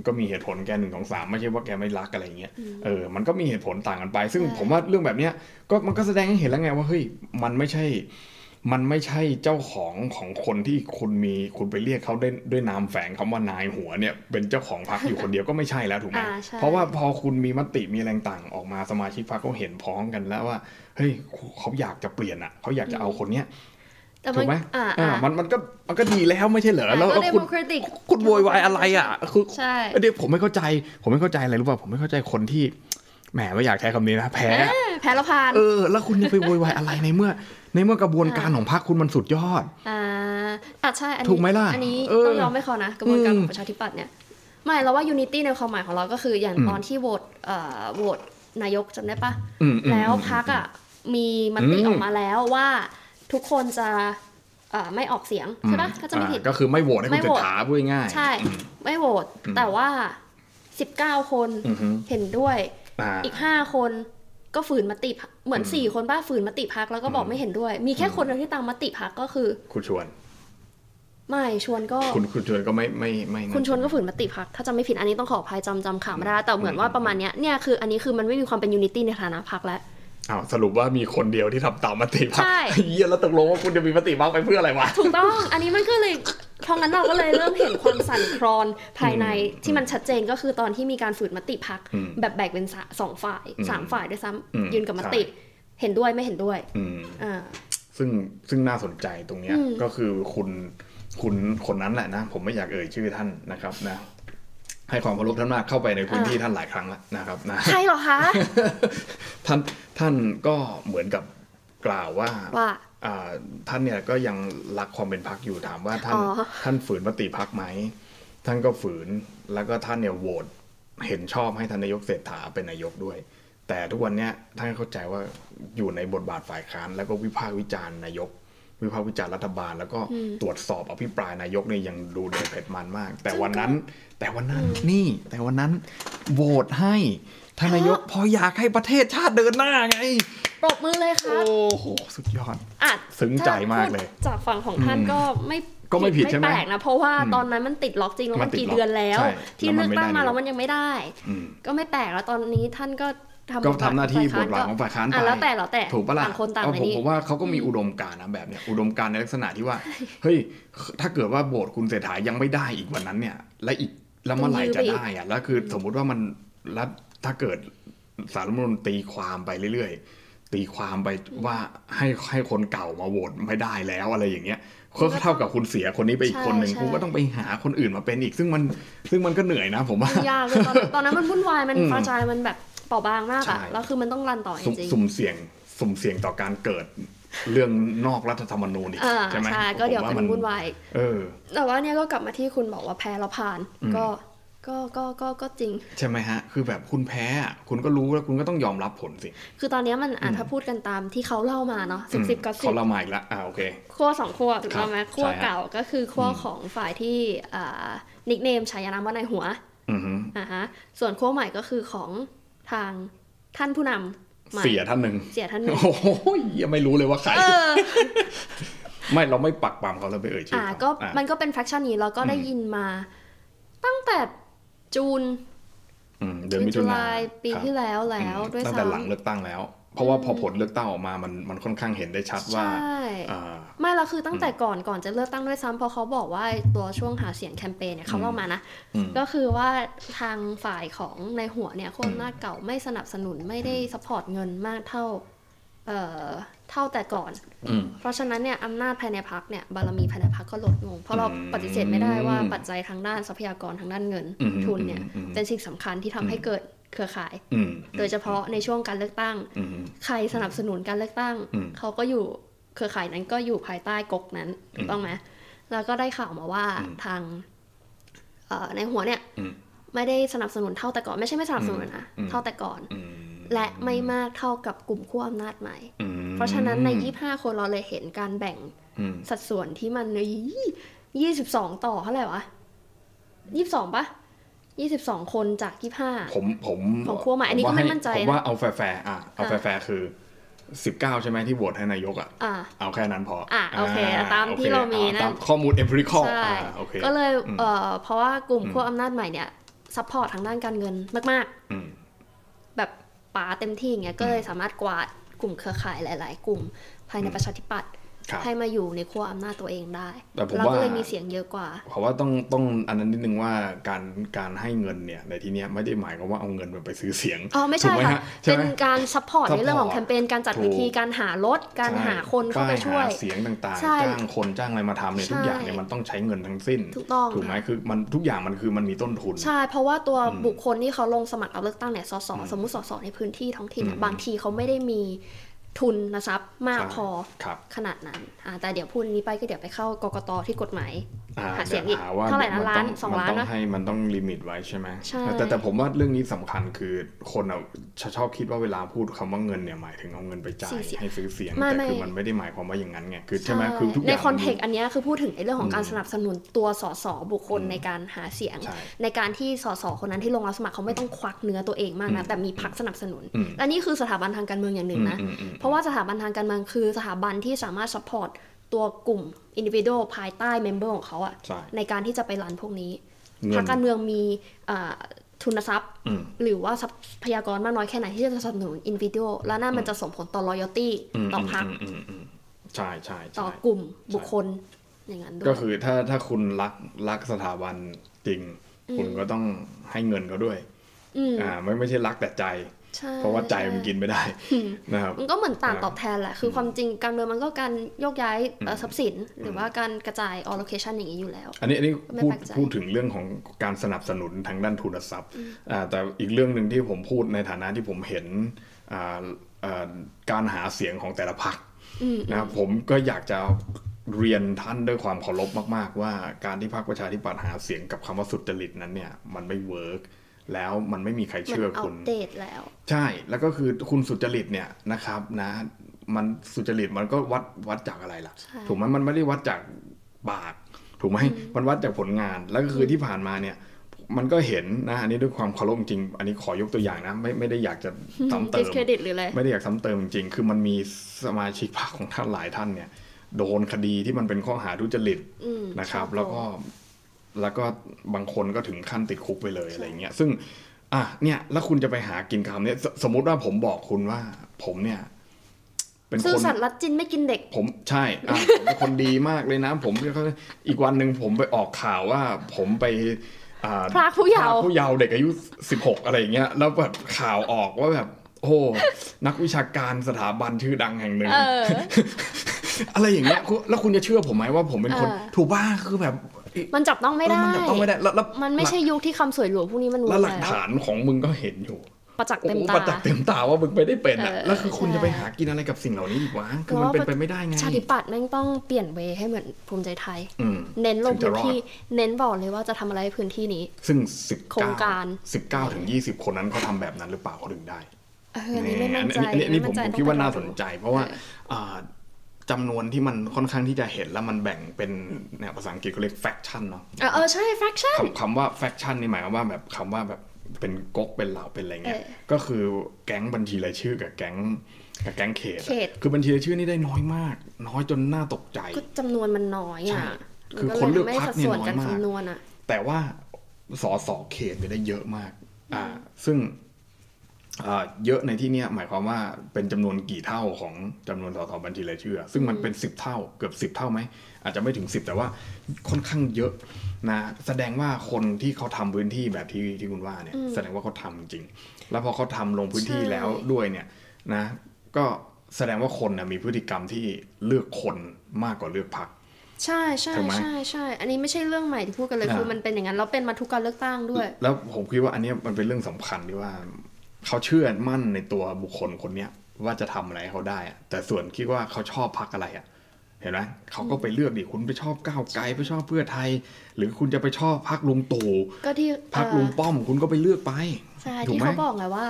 ก็มีเหตุผลแกหนึ่งสองสามไม่ใช่ว่าแกไม่รักอะไรอย่างเงี้ย เออ มันก็มีเหตุผลต่างกันไป ซึ่ง ใช่ ผมว่าเรื่องแบบเนี้ยก็มันก็แสดงให้เห็นแล้วไงว่าเฮ้ยมันไม่ใช่ มันไม่ใช่เจ้าของของคนที่คุณมีคุณไปเรียกเขาด้วยด้วยนามแฝงคำว่านายหัวเนี่ย เป็นเจ้าของพรรคอยู่คนเดียวก็ไม่ใช่แล้วถูกไหม อ่าใช่ เพราะว่าพอคุณมีมติมีแรงต่างออกมาสมาชิกพรรคเขาเห็นพ้องกันแล้วว่าเฮ้ยเขาอยากจะเปลี่ยนอ่ะเขาอยากจะเอาคนเนี้ย แต่ ถู มัน กไหม อ่า อ่า อ่า มันมันก็มันก็ดีแล้วไม่ใช่เหรอแล้ว ก็ แล้ว เด คุ โม ณ แครติก คุณโวยวายอะไรอ่ะคือ ใช่ เดี๋ยวผมไม่เข้าใจ ผมไม่เข้าใจอะไรรู้ป่ะ ผมไม่เข้าใจคนที่ แหมไม่อยากใช้คำนี้นะ แพ้ แพ้แล้วผ่าน เออ แล้วคุณจะไปโวยวายอะไรในเมื่อ ในเมื่อกระบวนการของพรรคคุณมันสุดยอด อ่าอ่ะใช่ อันนี้ ถูกไหมล่ะ อันนี้ เออ ต้องยอมไม่เขานะกระบวนการ อืม ของประชาธิปัตย์เนี่ย ไม่เราว่ายูนิตี้ในความหมายของเราก็คืออย่าง อืม ตอนที่โหวตเอ่อโหวตนายกจำได้ปะ อืมอืม แล้วพักอ่ะมีมติ อืม ออกมาแล้วว่าทุกคนจะเอ่อไม่ออกเสียงใช่ปะ อื ก็จะไม่ผิด อ่าก็คือไม่โหวตให้คุณ ไม่ เศร โหว ษ ต ฐาพูดง่ายๆ ใช่ ไม่โหวตแต่ว่า 19 คน อือฮึ เห็นด้วย อ่า อีก 5 คนก็ฝืนมติพรรคเหมือน 4 คนป้าฝืนมติพักแล้วก็บอกไม่เห็นด้วย มีแค่คนเดียวที่ตามมติพักก็คือ คุณชวน ไม่ชวนก็ คุณคุณชวนก็ไม่ไม่ไม่ คุณชวนก็ฝืนมติพักถ้าจำไม่ผิดอันนี้ต้องขออภัยจำจำข่าวไม่ได้แต่เหมือนว่าประมาณเนี้ยเนี่ยคืออันนี้คือมันไม่มีความเป็นยูนิตี้ในฐานะพักแล้ว อ้าวสรุปว่ามีคนเดียวที่ทำตามมติพรรค ใช่ เยี่ยแล้วตกลงว่าคุณจะมีมติพรรคไปเพื่ออะไรวะ ถูกต้อง อันนี้มันก็เลยเพราะงั้นเราก็เลยเริ่มเห็นความสั่นคลอนภายในที่มันชัดเจนก็คือตอนที่มีการฝืนมติพัก อืม แบบแบ่งเป็นสะสองฝ่าย อืม สามฝ่ายด้วยซ้ อืม ำยืนกับมติ ใช่ เห็นด้วยไม่เห็นด้วย อืม อ่า ซึ่งซึ่งน่าสนใจตรงเนี้ย อืม ก็คือคุณคุณคนนั้นแหละนะ ผมไม่อยากเอ่ยชื่อท่านนะครับนะให้ความเคารพท่านมากเข้าไปในพื้น อ่า ที่ท่านหลายครั้งแล้วนะครับนะ ใช่เหรอคะ ท่านท่านก็เหมือนกับกล่าวว่า ว่า อ่าท่านเนี่ยก็ยังรักความเป็นพักอยู่ถามว่าท่าน อ๋อ ท่านฝืนมติพักไหม ท่านก็ฝืนแล้วก็ท่านเนี่ยโหวตเห็นชอบให้ทานนายกเศรษฐาเป็นนายกด้วย แต่ทุกวันเนี้ยท่านเข้าใจว่าอยู่ในบทบาทฝ่ายค้านแล้วก็วิพากษ์วิจารณ์นายก วิพากษ์วิจารณ์รัฐบาล แล้วก็ตรวจสอบอภิปรายนายกเนี่ยยังดูเดือดเผ็ดมันมาก แต่วันนั้น แต่วันนั้นนี่ แต่วันนั้นโหวตให้ทานนายกเพออยากให้ประเทศชาติเดินหน้าไง ปรบมือเลยครับ โอ้โหสุดยอด อ่ะ ซึ้งใจมากเลย ถ้พูดจากฝั่งของท่าน อืม ก็ไม่ ก็ไม่ผิดใช่ไหม แปลกนะเพราะว่า อืม ตอนนั้นมันติดล็อกจริงแล้ว มั มัน น ติด กี่ ล็อก เดือนแล้ว ใช่ ที่ แล้วมันเลือกตั้ง ไม่ได้ มาแล้วมันยังไม่ได้ อืม ก็ไม่แปลกแล้วตอนนี้ท่านก็ทำ ก็ทำหน้าที่บ ฝ่ย ท ค้ บาท ก็ ของฝ่ายค้านไป อ่ะแล้วแต่แล้วแต่ ถูกปะล่ะ ต่างคนต่าง เอ ใน ผม นี้ ผมว่าเขาก็มีอุดมการณ์นะแบบเนี้ยอุดมการณ์ในลักษณะที่ว่าเฮ้ยถ้าเกิดว่าโบสคุณเศรษฐายังไม่ได้อีกวันนั้นเนี่ย และอีกแล้วเมื่อไหร่จะได้อะแล้วคือสมมุติว่ามันแล้วถ้าเกิดสารรัฐธรรมนุนตีความไปเรื่อยๆ ตีความไปว่าให้ให้คนเก่ามาโหวตไม่ได้แล้วอะไรอย่างเงี้ยก็เท่ากับคุณเสียคนนี้ไปอีกคนหนึ่ง ใช่ใช่ คุณก็ต้องไปหาคนอื่นมาเป็นอีก ซึ่งมันซึ่งมันก็เหนื่อยนะ ผมว่า ยากเลยตอนนั้นตอนนั้นมันวุ่นวายมัน อืม กระจายมันแบบเปราะบางมากอะ ใช่ แล้วคือมันต้องรันต่อจ สุ่ม ริง สุ่มเสี่ยงสุ่มเสี่ยงต่อการเกิดเรื่องนอกรัฐธรรมนูญอีก ๆอ่า ใช่ไหม ใช่ก็เดี๋ยว ผม มันวุ่นวาย เออ แต่ว่าเนี่ยก็กลับมาที่คุณบอกว่าแพ้แล้วผ่าน อืม ก็ก็ก็ก็ก็จริง ใช่ไหมฮะ คือแบบคุณแพ้อะคุณก็รู้แล้วคุณก็ต้องยอมรับผลสิ คือตอนเนี้ยมันอ่ะ อืม ถ้าพูดกันตามที่เขาเล่ามาเนาะสิบสิบก็สิ เขา บ ละมาอีกละอ่าโอเค ขั้วสองขั้วถูกต้องไหม ครับ ขั้ว ใช่ฮะ เก่าก็คือขั้วของฝ่ายที่อ่านิกเนมฉายานามว่านายหัว อือฮึ อ่าฮะส่วนขั้วใหม่ก็คือของทางท่านผู้นำใหม่ เสียท่านหนึ่ง เสียท่านหนึ่ง โอ้โหยังไม่รู้เลยว่าใคร เอ อ ไม่เราไม่ปักปามเขาเราไปเอ่ยชื่อ อ่า เขา ก็ อ่ะ มันก็เป็นแฟคชั่นนี้เราก็ได้ อืม ยินมา ตั้งแต่จูน อืมเดือนมิถุนาย ย ปีที่แล้วแล้ว ด้วย ตั้งแต่หลัง ซ้ำ เลือกตั้งแล้ว เพราะว่า อืม พอผลเลือกตั้งออกมามันมันค่อนข้างเห็นได้ชัด ใช ว่า ่ อ่า ไม่เราคือตั้งแต่ก่อนก่อนจะเลือกตั้งด้วยซ้ำเพราะเขาบอกว่าตัวช่วงหาเสียงแคมเปญเนี่ยเขาเล่ามานะ อืม ก็คือว่าทางฝ่ายของในหัวเนี่ยคนหน้าจเก่าไม่สนับสนุนไม่ได้สปอร์ตเงินมากเท่าเอ่อเท่าแต่ก่อน อืม เพราะฉะนั้นเนี่ยอำนาจภายในพักเนี่ยบารมีภายในพักก็ลดลง เพราะเรา อืม ปฏิเสธไม่ได้ว่าปัจจัยทางด้านทรัพยากรทางด้านเงิน อืม ทุนเนี่ย อืมอืม เป็นสิ่งสำคัญที่ทำให้เกิดเครือข่าย อืม โดยเฉพาะในช่วงการเลือกตั้ง อืม ใครสนับสนุนการเลือกตั้ง อืม เขาก็อยู่เครือข่ายนั้นก็อยู่ภายใต้ก๊กนั้นถูกต้องไหมแล้วก็ได้ข่าวมาว่าทางเอ่อในหัวเนี่ย อืม ไม่ได้สนับสนุนเท่าแต่ก่อน ไม่ใช่ไม่สนับสนุนนะ อืม เท่าแต่ก่อน อืม และไม่มากเท่ากับกลุ่มขั้วอำนาจใหม่ อืม เพราะฉะนั้นใน 25 คนเราเลยเห็นการแบ่ง อืม สัดส่วนที่มันยี่สิบสองต่อเท่าไหร่วะยี่สิบสองปะยี่สิบสองคนจากยี่ห้า ผมผม ของขั้วใหม่อันนี้ผก็ว่า ไม่มั่นใจนะ ผมว่าเอาแฟร์ๆอ่ะเอา อ่ะ แฟร์ๆคือสิบเก้าใช่ไหมที่โหวตให้นายกอ่ะ อ่า เอาแค่นั้นพอ อ่ะโอเคอ่ะตามที่เรามีนะ ตามข้อมูล empirical ใช่ อ่าโอเค ก็เลย อืม เอ่อเพราะว่ากลุ่ม อืม ขั้วอำนาจใหม่เนี่ยซัพพอร์ตทางด้านการเงินมาก อืม ๆ แบบป๋าเต็มที่อย่างเงี้ยก็เลยสามารถกวาดกลุ่มเครือข่ายหลาย ๆ กลุ่มภายในประชาธิปัตย์ ครับ ให้มาอยู่ในขั้วอำนาจตัวเองได้ แต่ผม เราก็ ว่า เลยมีเสียงเยอะกว่า เพราะว่าต้องต้องอันนั้นนิดนึงว่าการการให้เงินเนี่ยในที่เนี้ยไม่ได้หมายความว่าเอาเงินไปซื้อเสียง อ๋อไม่ ถู ใช่ กห ค่ะ ฮใช่ เป็ ไห น ม การซัพพอร์ support ตในเรื่องของแคมเปญการจัด ถูก เวทีการหารถ การหาคนเข้าไป ใ ช่วย หเสียงต่าง ใช่ ๆ จ้างคนจ้างอะไรมาทำเนี่ยทุกอย่างเนี่ย ใช่ มันต้องใช้เงินทั้งสิ้น ถูกต้อง ถูกไหมคือมันทุกอย่างมันคือมันมีต้นทุน ใช่ เพราะว่าตัว อืม บุคคลที่เขาลงสมัครรับเลือกตั้งเนี่ยสสสมมุติสสในพื้นที่ท้องถิ่นเนี่ย อืม บางทีเขาไม่ได้มีทุนนะทรัพย์มากพอ ครับ ขนาดนั้นอ่าแต่เดี๋ยวพูดนี้ไปก็เดี๋ยวไปเข้ากกตที่กฎหมาย อ่ หาเสียงอีก ดี๋วหว่ เท่าไหร่นะ มั ล้าน ต้ สองล้าน มันต้อ นะ งให้มันต้องลิมิตไว้ใช่ไหม ใช่ แต่แต่ผมว่าเรื่องนี้สำคัญคือคนอ่ะชชอบคิดว่าเวลาพูดคำว่าเงินเนี่ยหมายถึงเอาเงินไปจ่ายให้ซื้อเสียง ไม่ แต่ ไม่ คือมันไม่ได้หมายความว่าอย่างนั้นไงคือใช่ไหมคือทุกอ ใน ย่าง คอนเทก มั ต์อันเนี้ยคือพูดถึงในเรื่องของการ อืม สนับสนุนตัวสสบุคคล อืม ในการหาเสียง ใช่ ในการที่สสคนนั้นที่ลงรับสมัครเขาไม่ต้องควักเนื้อตัวเองมากนะ อืม แต่มีพักสนับสนุน อืม และนี่คือสถาบันทางการเมืองอย่างหนึ่งนะ อืมอืม เพราะว่าสถาบันทางการเมืองคือสถาบันที่สามารถ s u p p อร์ตตัวกลุ่มอินดิวิโดภายใต้เมมเบอร์ของเขาอะ ใช่ ในการที่จะไปรันพวกนี้ เงิ พรร น คการเมืองมีเอ่อทุนทรัพย์ อืม หรือว่าทรัพยากรมากน้อยแค่ไหนที่จะสนับสนุนอินดิวิโดและนั่นมันจะส่งผลต่อรอยตี้ ม ต่ออพรรค มอืมอืมใช่ใช่ ต่ ใช่ อกลุ่มบุคคลอย่างนั้นด้วย ก็คือถ้าถ้าคุณรักรักสถาบันจริง คุณก็ต้องให้เงินเขาด้วย อืม อ่าไม่ไม่ใช่รักแต่ใจ ใช่ เพราะว่าใจมันกินไม่ได้นะครับ มันก็เหมือนต่าง อ่า ตอบแทนแหละ คือความจริงการเมืองมันก็การโยกย้ายเอ่ออ ม ทรัพย์สิน หรือว่าการกระจาย allocation อย่างนี้อยู่แล้ว อันนี้อันนี้ ไม่ พูด แปลกใจ พูดถึงเรื่องของการสนับสนุนทางด้านทุนทรัพย์อ่าแต่อีกเรื่องหนึ่งที่ผมพูดในฐานะที่ผมเห็นอ่าอ่าการหาเสียงของแต่ละพรรค อืม นะครับผมก็อยากจะเรียนท่านด้วยความเคารพมาก ๆ ว่าการที่พรรคประชาธิปัตย์หาเสียงกับคำว่าสุจริตนั้นเนี่ยมันไม่เวิร์กแล้วมันไม่มีใคร มัน เชื่อ อั คุ ป ณ เดตแล้ว ใช่ แล้วก็คือคุณสุจริตเนี่ยนะครับนะมันสุจริตมันก็วัดวัดจากอะไรล่ะ ใช่ ถูกไหมมันไม่ได้วัดจากปาก ถูกไหมมันวัดจากผลงานแล้วก็คือที่ผ่านมาเนี่ย มันก็เห็นนะอันนี้ด้วยความเคารพจริง อันนี้ขอยกตัวอย่างนะ ไม่ไม่ได้อยากจะซ้ำเติม เครดิตหรืออะไร ไม่ได้อยากซ้ำเติมจริงๆ คือมันมีสมาชิกพรรคของท่านหลายท่านเนี่ย โดนคดีที่มันเป็นข้อหาทุจริต อืม นะครับ ช่แล้อโกงวก็แล้วก็บางคนก็ถึงขั้นติดคุกไปเลยอะไรเงี้ย ซึ่งอ่ะเนี่ยแล้วคุณจะไปหากินคำเนี่ยสสมมติว่าผมบอกคุณว่า ผมเนี่ย เป็นคซื่อน สัตย์รัดจินไม่กินเด็ก ผมใช่อ่ะผมเป็นคนดีมากเลยนะ ผมก็อีกวันหนึ่งผมไปออกข่าวว่าผมไปอ่ พรากผู้เยาพว์รกผู้เยาว์เด็กอายุ 16 อะไรอย่างเงี้ย แล้วแบบข่าวออกว่าแบบ โอ้โหนักวิชาการสถาบันชื่อดังแห่งหนึ่ง เออ อะไรอย่างเงี้ยคุณแล้วคุณจะเชื่อผมไหมว่าผมเป็นคน เออ ถูกบ้าคือแบบ มันจับต้องไม่เอได้อมันจะต้องไม่ได้แล้วแล้ว มันไม่ใช่ยุคที่คำสวยหรูพวกนี้มันรู้ แล้วหลัก แล้ว ฐานของมึงก็เห็นอยู่ ประจักษ์ โอ้ เต็ม โห ตา ประจักษ์เต็มตาว่ามึงไม่ได้เป็นอ่ะ เออ แล้วคือคุณ ใช่ จะไปหากินอะไรกับสิ่งเหล่านี้อีกวะคือมันเป็นไปไม่ได้ไง ชาติปัตย์แม่งต้องเปลี่ยนเวย์ให้เหมือนภูมิใจไทย อืม เน้นลง ถึ พื้ งจะนรอด ที่ เน้นบอกเลยว่าจะทำอะไรให้พื้นที่นี้ ซึ่ง โครง 19 การ 19 ถึง 20 คนนั้นเขาทำแบบนั้นหรือเปล่าเขาถึงได้ เอออันนี้ไม่มั่นใจ อัอัอัอั ไม่ นี่ผ มั่ ม ใจ ผม ต้อง คิดว่า ไป น่า ลอง ส ดู นใจ เพราะว่า เออ อ่าจำนวนที่มันค่อนข้างที่จะเห็นแล้วมันแบ่งเป็นเนี่ยภาษาอังกฤษเขาเรียก fraction เนาะ เออเออใช่ fraction คำคำว่า fraction นี่หมายความว่าแบบคำว่าแบบเป็นก๊กเป็นเหล่าเป็นอะไรเงี้ย เออ ก็คือแก๊งบัญชีรายชื่อกับแก๊งกับแก๊งเขตอะ เขต คือบัญชีรายชื่อนี่ได้น้อยมาก น้อยจนน่าตกใจ ก็จำนวนมันน้อย ใช่ อ่ะ คือ มั คนเลือก ไม่ พรรค สัด เนี่ย ส่วน น้อย การ มาก คำนวณอ่ะ แต่ว่าสอสอเขตเนี่ยได้เยอะมาก อ่า ซึ่งอ่าเยอะในที่เนี้ยหมายความว่าเป็นจำนวนกี่เท่าของจำนวนสอสอบัญชีรายชื่อ ซึ่งมันเป็นสิบเท่าเกือบสิบเท่าไหม อาจจะไม่ถึงสิบแต่ว่าค่อนข้างเยอะนะ แสดงว่าคนที่เขาทำพื้นที่แบบที่ที่คุณว่าเนี่ย แสดงว่าเขาทำจริง แล้วพอเขาทำลงพื้นที่ ใช่ แล้วด้วยเนี่ยนะ ก็แสดงว่าคนนะมีพฤติกรรมที่เลือกคนมากกว่าเลือกพรรค ใช่ใช่ ถูกไหม ใช่ใช่อันนี้ไม่ใช่เรื่องใหม่ที่พูดกันเลย อ่า คือมันเป็นอย่างนั้นแล้วเป็นมาทุกการเลือกตั้งด้วย แล้วผมคิดว่าอันเนี้ยมันเป็นเรื่องสำคัญที่ว่า เขาเชื่อมั่นในตัวบุคคลคนเนี้ยว่าจะทำอะไรให้เขาได้อะแต่ส่วนคิดว่าเขาชอบพักอะไรอะเห็นไหมเขาก็ไปเลือกดิคุณไปชอบก้าวไกลไปชอบเพื่อไทย หรือคุณจะไปชอบพักลุงตู่ ก็ที่ พัก เอ่อ ลุงป้อม คุณก็ไปเลือกไป ใช่ ถูก ที่ ไหม เขาบอกไงว่า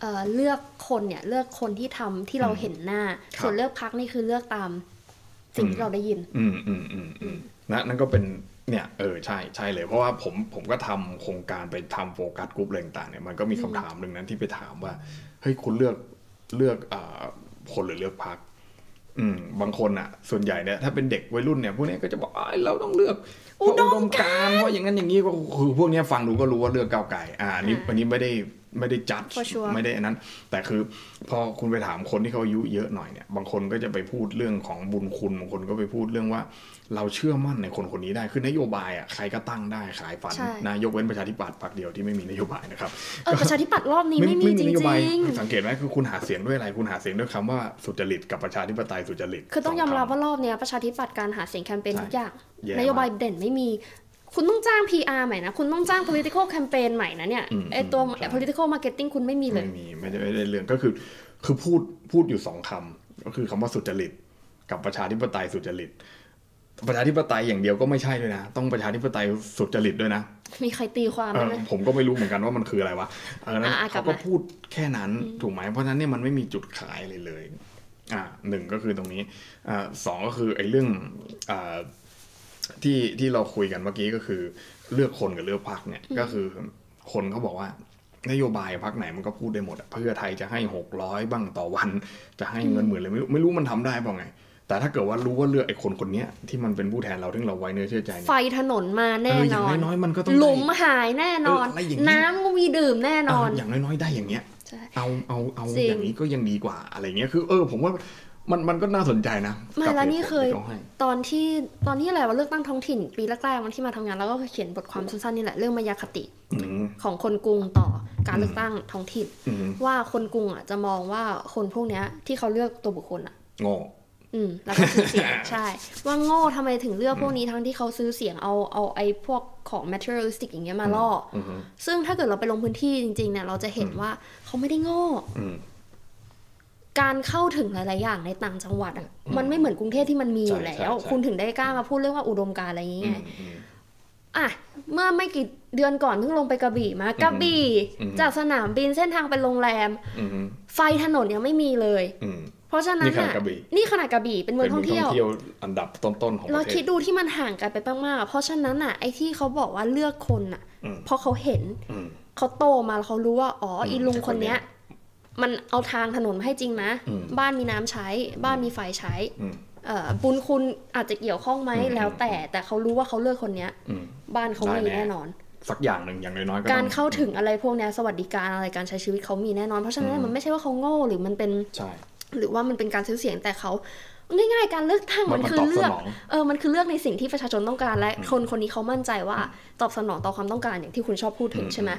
เอ่อเลือกคนเนี่ยเลือกคนที่ทำที่เราเห็นหน้า ครับ ส่วนเลือกพักนี่คือเลือกตาม สิ่งที่เราได้ยิน อืมอืมอืมอืมนะนั่นก็เป็นเนี่ยเออใช่ใช่เลย เพราะว่าผมผมก็ทำโครงการไปทำโฟกัสกลุ่มอะไรต่างๆเนี่ยมันก็มีคำถามหนึ่งนั้นที่ไปถามว่าเฮ้ยคุณเลือกเลือกอ่าคนหรือเลือกพักอืมบางคนอ่ะ ส่วนใหญ่เนี่ยถ้าเป็นเด็กวัยรุ่นเนี่ยพวกเนี้ยก็จะบอกอ้ายเราต้องเลือกเพราะอุดมการณ์เพราะอย่างนั้นอย่างนี้ก็คือพวกเนี้ยฟังดูก็รู้ว่าเลือกก้าวไก่อ่าอันนี้ อ่า อันนี้ไม่ได้ไม่ได้จัด For sure ไม่ได้อันนั้น แต่คือพอคุณไปถามคนที่เขาอายุเยอะหน่อยเนี่ย บางคนก็จะไปพูดเรื่องของบุญคุณบางคนก็ไปพูดเรื่องว่า เราเชื่อมั่นในคนคนนี้ได้ คือนโยบายอ่ะใครก็ตั้งได้ขายฝัน ใช่ นะยกเว้นประชาธิปัตย์พรรคเดียวที่ไม่มีนโยบายนะครับ เออประชาธิปัตย์รอบนี้ไม่มีจ นโยบาย ริง สังเกตไหมคือคุณหาเสียงด้วยอะไร คุณหาเสียงด้วยคำว่าสุจริตกับประชาธิปไตยสุจริต ๆ คือต้องยอมรับว่ารอบเนี้ยประชาธิปัตย์การหาเสียงแคมเปญทุกอย่าง แย่มาก นโยบายเด่นไม่มี คุณต้องจ้าง PR ใหม่นะ คุณต้องจ้าง political campaign ใหม่นะเนี่ย อืม ไอตัว ใช่ political marketing คุณไม่มีเลย ไม่มีไม่ได้ไม่ได้เรื่องก็คือ คือพูดพูดอยู่สองคำก็คือคำว่าสุจริต กับประชาธิปไตยสุจริต ประชาธิปไตยอย่างเดียวก็ไม่ใช่ด้วยนะ ต้องประชาธิปไตยสุจริตด้วยนะ มีใครตีความ เอ ได้ อ ไหม ผมก็ไม่รู้เหมือนกันว่ามันคืออะไรวะเออนั้น อ่ะอ่ะกลั เขา บมา ก็พูดแค่นั้นถูกไหมเพราะฉะนั้นเนี่ยมันไม่มีจุดขายเลยเลย อ่าหนึ่งก็คือตรงนี้อ่าสองก็คือไอ้เรื่องอ่าที่ที่เราคุยกันเมื่อกี้ก็คือ เลือกคนกับเลือกพรรคเนี่ยก็คือคนเขาบอกว่า นโยบายพรรคไหนมันก็พูดได้หมดอะเพื่อไทยจะให้หกร้อยบ้างต่อวัน จะให้เงินหมื่นเลยไม่รู้ไม่รู้มันทำได้เปล่าไง แต่ถ้าเกิดว่ารู้ว่าเลือกไอ้คนคนเนี้ยที่มันเป็นผู้แทนเราทึ่งเราไว้เนื้อเชื่อใจเนี่ย ไฟถนนมาแน่ เอออย่าน ง อน น้อยๆมันก็ต้องได้ หลุมหายแน่นอน เอออะไรอย่างนี้ น้ำก็มีดื่มแน่นอน เอย่างน้อยๆได้อย่างเงี้ย ใช่ เอาเอาเอา จริง อย่างนี้ก็ยังดีกว่าอะไรเงี้ยคือ เออ ผมว่ามันมันก็น่าสนใจนะ ไม่ กับ แล้วนี่ หตุผ เคย ที่ขาให้ ตอนที่ตอนที่อะไรว่าเลือกตั้งท้องถิ่น ปีแรกๆวันที่มาทำงานแล้วก็เขียนบทความสั้นๆนี่แหละเรื่องมายาคติ อืม ของคนกรุงต่อการเลือกตั้งท้องถิ่น อืม ว่าคนกรุงอ่ะจะมองว่าคนพวกเนี้ยที่เขาเลือกตัวบุคคลอ่ะ โง่ อืมแล้วก็ซื้อเสี ยง ใช่ ว่าโง่ทำไมถึงเลือกพวกนี้ทั้งที่เขาซื้อเสียงเอาเอาไอ้พวกของ materialistic อย่างเงี้ยมาล่ออ อฮึ ซึ่งถ้าเกิดเราไปลงพื้นที่จริงๆเนี่ยเราจะเห็นว่าเขาไม่ได้โง่ อืม การเข้าถึงหลาย ๆ อย่างในต่างจังหวัดอ่ะมันไม่เหมือนกรุงเทพที่มันมีอยู่ ใช่ แล้ว ใช่ใช่ คุณถึงได้กล้ามาพูดเรื่องว่าอุดมการณ์อะไรอย่างเงี้ อื ย มอืม อ่ะเมื่อไม่กี่เดือนก่อนเพิ่งลงไปกระบี่มากระบี่ อืม จากสนามบินเส้นทางไปโรงแรม อืม ไฟถนนยังไม่มีเลย อืม เพราะฉะนั้น นี่ขนาดกระบี่ นี่ขนาดกระบี่เป็นเมืองท่องเที่ยว เที่ยวอันดับต้นๆของป เรา ระเท คิด ศ ดูที่มันห่างกันไปมากๆอะเพราะฉะนั้นอ่ะไอ้ที่เขาบอกว่าเลือกคนอ่ะ อืม เพราะเขาเห็น อืม เขาโตมาแล้วเขารู้ว่าอ๋ออีลุงคนเนี้ย มันเอาทางถนนมาให้จริงนะ อืม บ้านมีน้ำใช้ บ้านมีไฟใช้ อืม เอ่อบุญคุณอาจจะเกี่ยวข้องไหม อืม แล้วแต่แต่เขารู้ว่าเขาเลือกคนเนี้ย อืม บ้านเขา ได้ มี แน่ แน่นอน สักอย่างหนึ่งอย่างน้อยๆก็ การ ต้อง เข้าถึงอะไรพวกเนี้ยสวัสดิการอะไรการใช้ชีวิตเขามีแน่นอน เพราะฉะนั้นมันไม่ใช่ว่าเขาโง่หรือมันเป็น ใช่ หรือว่ามันเป็นการซื้อเสียงแต่เขาง่ายๆ การเลือกตั้ง มั มัน น มัน คือเลือก ตอบสนอง เออมันคือเลือกในสิ่งที่ประชาชนต้องการและคนคนนี้เขามั่นใจว่าตอบสนองต่อความต้องการอย่างที่คุณชอบพูดถึงใช่ไหม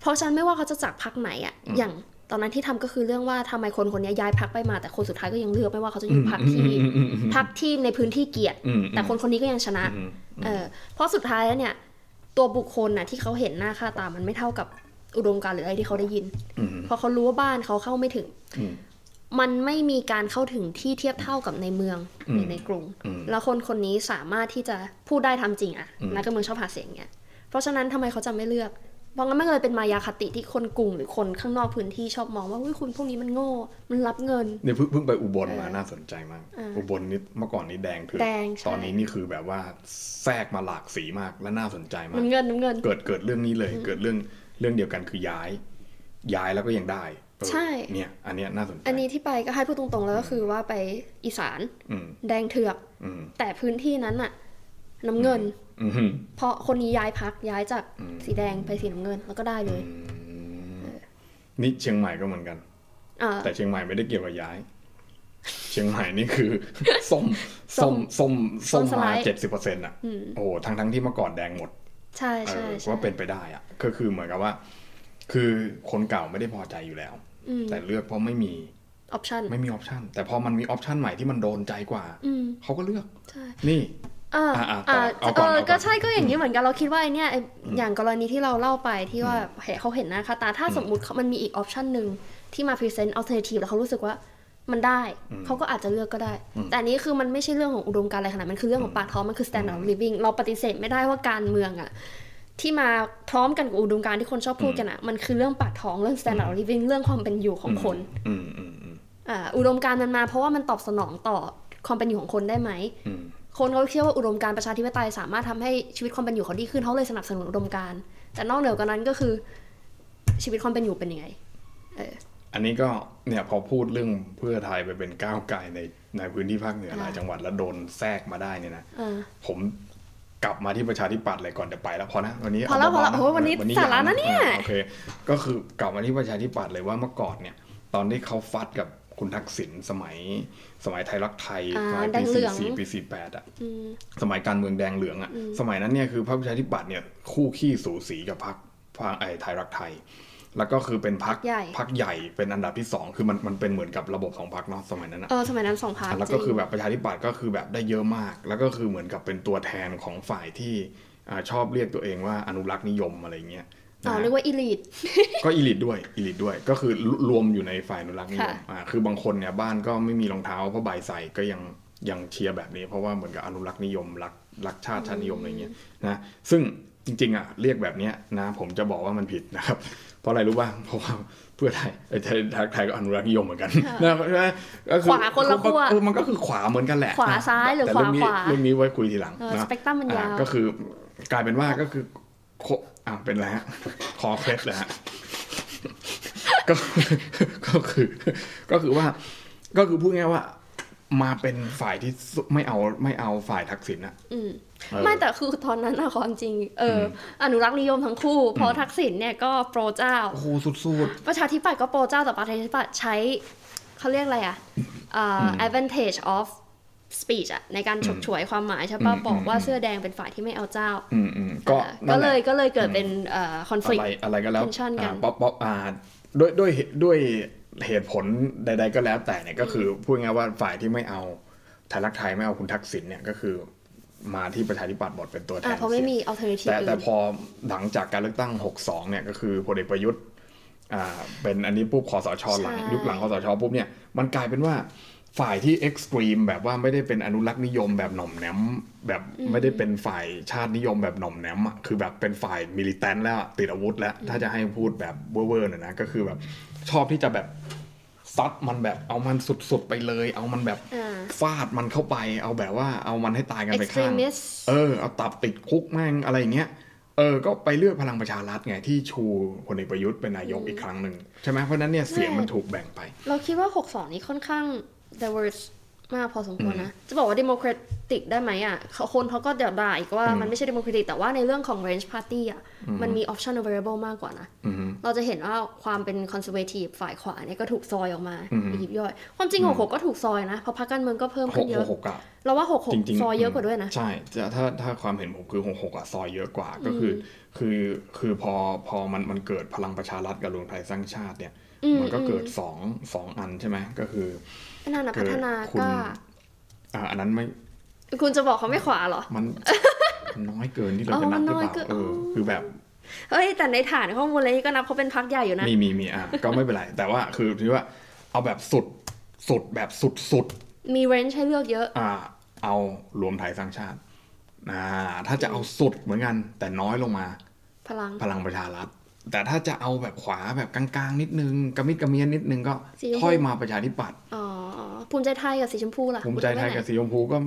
เพราะฉะนั้นไม่ว่าเขาจะจากพักไหนอ่ะอย่างตอนนั้นที่ทำก็คือเรื่องว่าทำไมคนคนนี้ย้ายพักไปมา แต่คนสุดท้ายก็ยังเลือกไม่ว่าเขาจะอยู่พักที่ อืมอืมอืมอืม พักที่ในพื้นที่เกลียด อืม แต่คนคนนี้ก็ยังชนะ อืม เออเพราะสุดท้ายแล้วเนี่ย ตัวบุคคลน่ะที่เขาเห็นหน้าค่าตามันไม่เท่ากับอุดมการณ์หรืออะไรที่เขาได้ยิน อืม เพราะเขารู้ว่าบ้านเขาเข้าไม่ถึง อืม มันไม่มีการเข้าถึงที่เทียบเท่ากับในเมือง อืม หรือในกรุง อืม แล้วคนคนนี้สามารถที่จะพูดได้ทำจริงอ่ะ อืม นักการเมืองชอบหาเสียงเงี้ยเพราะฉะนั้นทำไมเขาจะไม่เลือกเพราะงั้นไม่เลยเป็นมายาคติที่คนกรุงหรือคนข้างนอกพื้นที่ชอบมองว่าอุ๊ยคุณพวกนี้มันโง่ มันรับเงิน เนี่ยเพิ่งเพิ่งไปอุบลมา เออ น่าสนใจมาก อ่า อุบลนี่เมื่อก่อนนี่แดงคือ แดงใช่ ตอนนี้นี่คือแบบว่าแทรกมาหลากสีมากและน่าสนใจมาก น้ำเงินน้ำเงิน เกิดเกิดเรื่องนี้เลยเกิดเรื่องเรื่องเดียวกันคือย้าย ย้ายแล้วก็ยังได้เออ ใช่ เนี่ย อันเนี้ยน่าสนใจ อันนี้ที่ไปก็ให้พูดตรงๆแล้วก็คือว่าไปอีสาน อืม แดงเถือก อืม แต่พื้นที่นั้นน่ะน้ำเงิน อืม เพราะคนนี้ย้ายพักย้ายจากสีแดงไปสีน้ำเงินแล้วก็ได้เลย นี่เชียงใหม่ก็เหมือนกัน อ่า แต่เชียงใหม่ไม่ได้เกี่ยวกับย้าย เชียงใหม่นี่ คือ ส้มส้มส้ม ส้ ส้ม มสไล มา ด์ เจ็ดสิบเปอร์เซ็นต์อ่ะโอ้ทั้งทั้งๆที่เมื่อก่อนแดงหมด ใช่ เอ ใช่ อ ใช่ ว่าเป็นไปได้อะก็คือเหมือนกับว่า คือคนเก่าไม่ได้พอใจอยู่แล้ว อืม แต่เลือกเพราะไม่มี ออปชั่น ไม่มีออปชันแต่พอมันมีออปชันใหม่ที่มันโดนใจกว่า อืม เขาก็เลือก ใช่ นี่ อ่า อ่าอ่าต่อ อ่า เอาก่ เอ อนเอาอก่อน ก็ใช่ก็อย่างนี้เหมือนกันเราคิดว่าไอเนี่ยไอ้อย่างกรณีที่เราเล่าไปที่ว่าเห็นเขาเห็นหน้าค่าตาถ้าสมมุติเขามันมีอีกออปชันหนึ่งที่มาพรีเซนต์อัลเทอร์เนทีฟแล้วเขารู้สึกว่ามันได้เขาก็อาจจะเลือกก็ได้ แต่อันนี้คือมันไม่ใช่เรื่องของอุดมการณ์อะไรขนาดนั้นมันคือเรื่องของปากท้องมันคือ standard of living เราปฏิเสธไม่ได้ว่าการเมืองอะ ที่มาพร้อมกันกับอุดมการณ์ที่คนชอบพูดกันอะมันคือเรื่องปากท้องเรื่อง standard of living เรื่องความเป็นอยู่ของคน อืมอืมอืม อ่าอุดมการณ์มันมาเพราะว่ามันตอบสนองต่อ ความเป็นอยู่ของคนได้ไหม อืม คนเขาเชื่อว่าอุดมการณ์ประชาธิปไตยสามารถทำให้ชีวิตความเป็นอยู่เขาดีขึ้นเขาเลยสนับสนุนอุดมการณ์แต่นอกเหนือกว่านั้นก็คือ ชีวิตความเป็นอยู่เป็นยังไง เออ อันนี้ก็เนี่ยพอพูดเรื่องเพื่อไทยไปเป็นก้าวไกลในในพื้นที่ภาคเหนือหลาย อ่า จังหวัดแล้วโดนแทรกมาได้เนี่ยนะ เออ ผมกลับมาที่ประชาธิปัตย์เลยก่อนจะไปแล้วพอนะวันนี้ พอแล้วพอ เา แล้ว เบาๆ โอ้โหวันนี้สาระนะเนี่ย อ่าโอเค ก็คือกลับมาที่ประชาธิปัตย์เลยว่าเมื่อก่อนเนี่ย ตอนที่เขาฟัดกับคุณทักษิณสมัย สมัยไทยรักไทย อ่า ปลาย แด ปี งเหลื สี่ อง สี่ปีสี่แปดอะ อืม สมัยการเมืองแดงเหลืองอะ่ะ อืม สมัยนั้นเนี่ยคือพรรคประชาธิปัตย์เนี่ยคู่ขี้สูสีกับพรรคพรรคไอ้ไทยรักไทย แล้วก็คือเป็นพรรคพรรคใหญ่เป็นอันดับที่สองคือมันมันเป็นเหมือนกับระบบสองพรรคเนาะสมัยนั้นอะ เออสมัยนั้นสองพัน แล้วก็คือแบบประชาธิปัตย์ก็คือแบบได้เยอะมาก แล้วก็คือเหมือนกับเป็นตัวแทนของฝ่ายที่อาชอบเรียกตัวเองว่าอนุรักษ์นิยมอะไรเงี้ยนะ อ๋อ ฮะ เรียกว่าอีลิท ก็อีลิตด้วยอีลิตด้วยก็คือรวมอยู่ในฝ่ายอนุรักษ์นิยม ค่ะ อ่าคือบางคนเนี่ยบ้านก็ไม่มีรองเท้าผ้าใบใส่ก็ยังยังเชียร์แบบนี้เพราะว่าเหมือนกับอนุรักษ์นิยมรักรักชาติชาตินิยมอะไรเงี้ยนะซึ่งจริงๆอ่ะเรียกแบบเนี้ยนะผมจะบอกว่ามันผิดนะครับ เพราะอะไรรู้ป่ะเพราะว่าเพื่อไทยไอ้ไทยไทยก็อนุรักษ์นิยมเหมือนกันนะก็อ ขวาคนละขั้ว เออมันก็คือขวาเหมือนกันแหละ ขวาซ้ายหรือ แต่ ขวา เงนี้ ขวา เรื่องนี้ไว้คุยทีหลัง เออ นะ สเปกตรัมมันยาว อ่ะก็คือกลายเป็นว่าก็คือโคอ่าเป็นไรฮะ คอเคล็ดเลยฮะ ก็ก็คือก็คือว่าก็คือพูดง่ายๆว่า มาเป็นฝ่ายที่สู้ไม่เอาไม่เอาฝ่ายทักษิณอะ อืม เออ ไม่แต่คือตอนนั้นนะความจริง เออออนุรักษ์นิยมทั้งคู่ เพราะทักษิณเนี่ยก็โปรเจ้า โอ้โหสุด ประชาธิปัตย์ก็โปรเจ้าแต่ประชาธิปัตย์ใช้เขาเรียกอะไรอ่ะเอ่ออ advantage of speech อะในการฉกฉวยความหมายใช่ป่ะ อืม บอกว่า อืม เสื้อแดงเป็นฝ่ายที่ไม่เอาเจ้า ๆอืมอืมก็ เออ นั่ ก็ นแห เล ละ ยก็เลยเกิดเป็นเอ่อ อะไร conflict อะไรก็แล้ว tension กัน อ่าป๊อปป๊อปอ่าด้วยด้วยเหตุด้วยเหตุผลใด ๆ ก็แล้วแต่เนี่ยก็คือพูดง่ายๆว่าฝ่ายที่ไม่เอาไทยรักไทยไม่เอาคุณทักษิณเนี่ยก็คือมาที่ประชาธิปัตย์บทเป็นตัวแท อ่ะ น เพราะไม่ เสีย มี alternative แต่ อื่ แต่ น พอหลังจากการเลือกตั้ง 62 เนี่ยก็คือพลเอกประยุทธ์อ่าเป็นอันนี้ปุ๊บคอสชหลัง ใช่ ยุคหลังคอสชปุ๊บเนี่ยมันกลายเป็นว่าฝ่ายที่เอ็กซ์ตรีมแบบว่าไม่ได้เป็นอนุรักษ์นิยมแบบหน่อมแหนมแบบไม่ได้เป็นฝ่ายชาตินิยมแบบหน่อมแหนมอ่ะคือแบบเป็นฝ่ายมิลิแตนแล้วอะติดอาวุธแล้ว ถ้าจะให้พูดแบบเว่อร์ๆหน่อยนะก็คือแบบชอบที่จะแบบซัดมันแบบเอามันสุดๆไปเลย เอามันแบบ อ่า ฟาดมันเข้าไป เอาแบบว่าเอามันให้ตายกันไปข้าง extremist เออเอาตับติดคุกแม่งอะไรอย่างเงี้ยเออก็ไปเลือกพลังประชารัฐไงที่ชูพลเอกประยุทธ์เป็นนายกอีกครั้งหนึ่งใช่ไหมเพราะฉะนั้นเนี่ยเสียงมันถูกแบ่งไป เราคิดว่า 62 นี้ค่อนข้าง diverse มากพอสมควรนะ จะบอกว่า democratic ได้ไหมอ่ะเขาคนเขาก็เดี๋ยวด่าอีกว่ามันไม่ใช่ democratic แต่ว่าในเรื่องของ range party อ่ะ มันมี option available มากกว่านะ อือฮึ เราจะเห็นว่าความเป็น conservative ฝ่ายขวาเนี่ยก็ถูกซอยออกมา อืม ยิบย่อย ความจริง 66 ก็ถูกซอยนะ เพราะพรรคการเมืองก็เพิ่ม ห ขึ้ ก นเย ห อะ กหกอะ เราว่า จริง 66 ๆ ซอยเยอะกว่าด้วยนะ ใช่จะถ้าถ้าความเห็นผมคือหกหกอะซอยเยอะกว่าก็คืออคือคือพอพอมันมันเกิดพลังประชารัฐกับรวมไทยสร้างชาติเนี่ย อืม มันก็ อืม เกิดสองสองอันใช่ไหมก็คือ นั่นนะพัฒนา คุณ ก็ อ่าอันนั้นไม่ คุณจะบอกเขาไม่ขวาเหรอ มัน น้อยเกินที่เรา อ๋อ จะนับหรือ มัเปนน้อย ล่า เกิน เออ อ๋อ คือแบบ เฮ้ยแต่ในฐานข้อมูลอะไรนี่ก็นับเขาเป็นพรรคใหญ่อยู่นะ มีมีมีอ่ะก็ไม่เป็นไร แต่ว่าคือที่ว่าเอาแบบสุดสุดแบบสุดสุด มี range ให้เลือกเยอะ อ่าเอารวมไทยสร้างชาติอ่าถ้าจะเอาสุดเหมือนกัน แต่น้อยลงมา พลัง พลังประชารัฐ แต่ถ้าจะเอาแบบขวาแบบกลางๆ นิดนึงกระมิดกระเมียนนิดนึงก็ สีชมพู ค่อยมาประชาธิปัตย์ อ๋อภูมิใจไทยกับสีชมพูล่ะ ภูมิใจไทย คุณกับเอาว้หนสีชมพูก็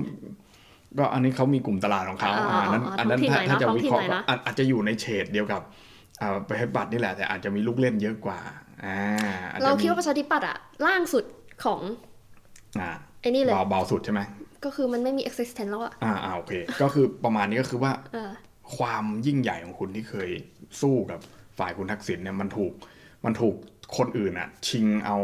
ก็อันนี้เขามีกลุ่มตลาดของเขา อ๋ออ๋ออ๋อ อ่าอันนั้น ท้อง อันนั้น ถิ่น ถ้า หถ้าจะน่อยเนอะท้อง วิ ถิ่น เคราะห์ หน่อยเน ก็ อะ อาจอาจจะอยู่ในเฉดเดียวกับอ่าประชาธิปัตย์นี่แหละแต่อาจจะมีลูกเล่นเยอะกว่าอ่าอจจะ เรา มี คิดว่าประชาธิปัตย์อะล่างสุดของ อ่า ไอ้นี่เลย เบาเบาสุดใช่ไหม ก็คือมันไม่มี existence แล้วอะ อ่าอ่าโอเค ก็คือประมาณนี้ก็คือว่า เออ ความยิ่งใหญ่ของคุณที่เคยสู้กับฝ่ายคุณทักษิณเนี่ยมันถูกมันถูกคนอื่นอะชิงเอา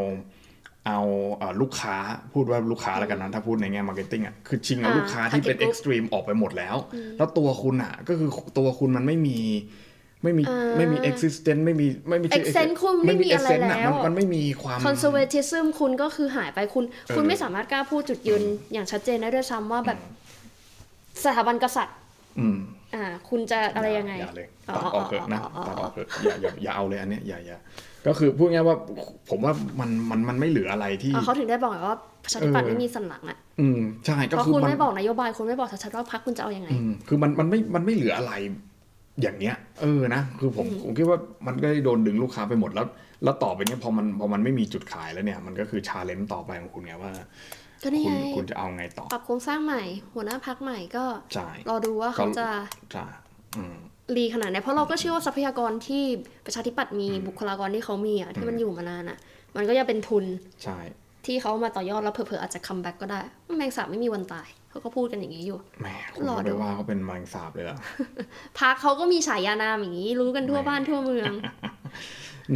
เอาเอ่อลูกค้าพูดว่าลูกค้าแล้วกันนะถ้าพูดในแง่มาร์เก็ตติ้งอะคือชิงเอา อ่า ลูกค้าที่เป็น target group เอ็กซ์ตรีมออกไปหมดแล้ว แล้วตัวคุณอะก็คือตัวคุณมันไม่มีไม่มี อ่า ไม่มี existence ไม่มีไม่มี accent คุณไม่มีอะไร น แล้มัวนมันไม่มีความ conservatism คุณก็คือหายไปคุณ คุณไม่สามารถกล้าพูดจุดยืนอย่างชัดเจนได้ด้วยซ้ำว่าแบบสถาบันกษัตริย์ อืม อ่า คุณจะอะไรยังไง อย่าเลย อ๋อ ตัดออกเถอะนะ อ๋ออ๋อ ตัดออกเถอะอย่าอย่าอย่าเอาเลยอันเนี้ยอย่าอย่าก็คือพูดง่ายๆว่าผมว่ามันมันมันไม่เหลืออะไรที่ อ๋อเขาถึงได้บอกไงว่าประชาธิปัตย์ เออ ไม่มีสันหลังอะ อืมใช่ก็ เพราะ คือ คุณ มัน ไม่บอกนโยบายคุณไม่บอกชัดๆว่าพรรคคุณจะเอาอยัางไง อืมคือมันมันไม่มันไม่เหลืออะไรอย่างเงี้ย เออนะคือผมผมคิดว่ามันก็ได้โดนดึงลูกค้าไปหมดแล้ว แล้วต่อไปเนี้ยพอมันพอมันไม่มีจุดขายแล้วเนี่ย มันก็คือชาเลนจ์ต่อไปของคุณไงว่า ก็นี่ คุ ไง ณคุณจะเอาไงต่อ ปรับโครงสร้างใหม่ หัวหน้าพักใหม่ก็ ใช่ รอดูว่าเขาจะ ใช่อืม รีขนาดไหนเพราะเราก็เชื่อว่าทรัพยากรที่ประชาธิปัตย์มีบุคลากรที่เขามีอ่ะที่มันอยู่มานานอ่ะ มันก็ยังเป็นทุน ใช่ ที่เขามาต่อยอดแล้วเผลอๆอาจจะคัมแบ็กก็ได้แมงสาบไม่มีวันตายเขาก็พูดกันอย่างนี้อยู่ แหมคุณ รอ ก็ ดู ไปว่าเขาเป็นแมลงสาบเลยเหรอ พักเขาก็มีฉายานามอย่างนี้รู้กันทั่วบ้านทั่วเมือง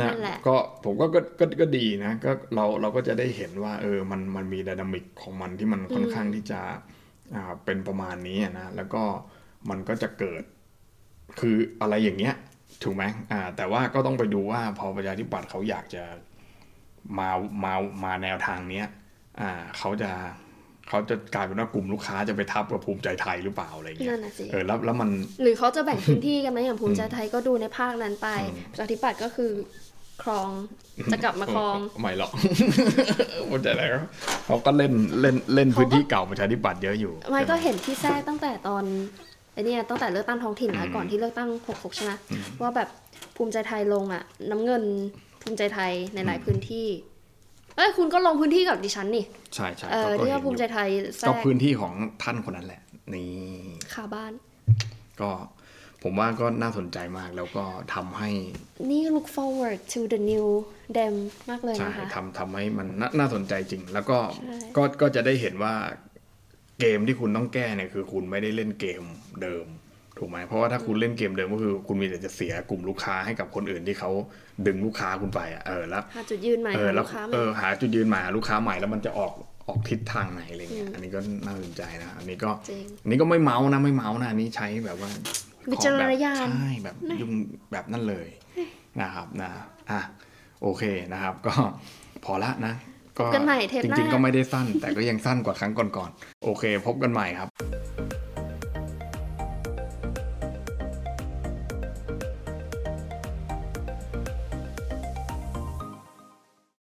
นะ นั่นแหละ ก็ผมก็ก็ก็ก็ดีนะก็เราเราก็จะได้เห็นว่า เออมันมันมีดินามิกของมันที่มันค่อนข้างที่จะอ่าเป็นประมาณนี้อะนะแล้วก็มันก็จะเกิด คืออะไรอย่างเงี้ย ถูกไหมอ่า แต่ว่าก็ต้องไปดูว่าพอประชาธิปัตย์เขาอยากจะมามามาแนวทางเนี้ย อ่าเขาจะเขาจะกลายเป็นว่ากลุ่มลูกค้าจะไปทับกับภูมิใจไทยหรือเปล่าอะไรเงี้ย นั่นน่ะสิ เออแล้วแล้วมัน หรือเขาจะแบ่งพื้นที่กันไหมอย่างภูมิใจไทยก็ดูในภาคนั้นไปประชาธิปัตย์ก็คือครองจะกลับมาครอง เไม่หรอก ผมจะอะไรก็เขาก็เล่นเล่นเล่นพื้นที่เก่าประชาธิปัตย์เยอะอยู่ ไม่ก็ ใช่ห เห็นที่แทรกตั้งแต่ตอนไอเนี่ยตั้งแต่เลือกตั้งท้องถิ่นแล้วก่อนที่เลือกตั้ง 66 ใช่ไหมว่าแบบภูมิใจไทยลงอะน้ำเงินภูมิใจไทยในหลายพื้นที่ เอ้ยคุณก็ลงพื้นที่กับดิฉันนี่ ใช่ใช่ เออ ก็ ที่ เห็น ว่าภูมิใจ อยู่ ไทยแทร ก็ ก พื้นที่ของท่านคนนั้นแหละ นี่ คาบ้าน ก็ผมว่าก็น่าสนใจมากแล้วก็ทำให้ นี่ look forward to the new dem มากเลย ใช่ นะคะ ทำทำให้มันน่าน่าสนใจจริง แล้วก็ ใช่ ก็ก็จะได้เห็นว่าเกมที่คุณต้องแก้เนี่ยคือคุณไม่ได้เล่นเกมเดิม ถูกไหมเพราะว่าถ้าคุณเล่นเกมเดิมก็คือ คุณมีแต่จะเสียกลุ่มลูกค้าให้กับคนอื่นที่เขาดึงลูกค้าคุณไปอะเออแล้ว หาจุดยืนใหม่ เอ ข อ อง แล้ว ลูกค้าให เอ ม่ อหาจุดยืนใหม่หาลูกค้าใหม่แล้วมันจะออกออกทิศทางไหนอะไรเงี้ยอันนี้ก็น่าสนใจนะอันนี้ก็ จริง อันนี้ก็ไม่เมาส์นะไม่เมาส์นะอันนี้ใช้แบบว่า วิจารณญาณ ของแบบใช่แบบยุ่งแบบนั่นเลยนะครับนะอ่ะโอเคนะครับ ก็พอละนะ ก็ พบกันใหม่เทป จ หน้า ริงๆก็ไม่ได้สั้น แต่ก็ยังสั้นกว่าครั้งก่อนๆโอเค พบกันใหม่ครับ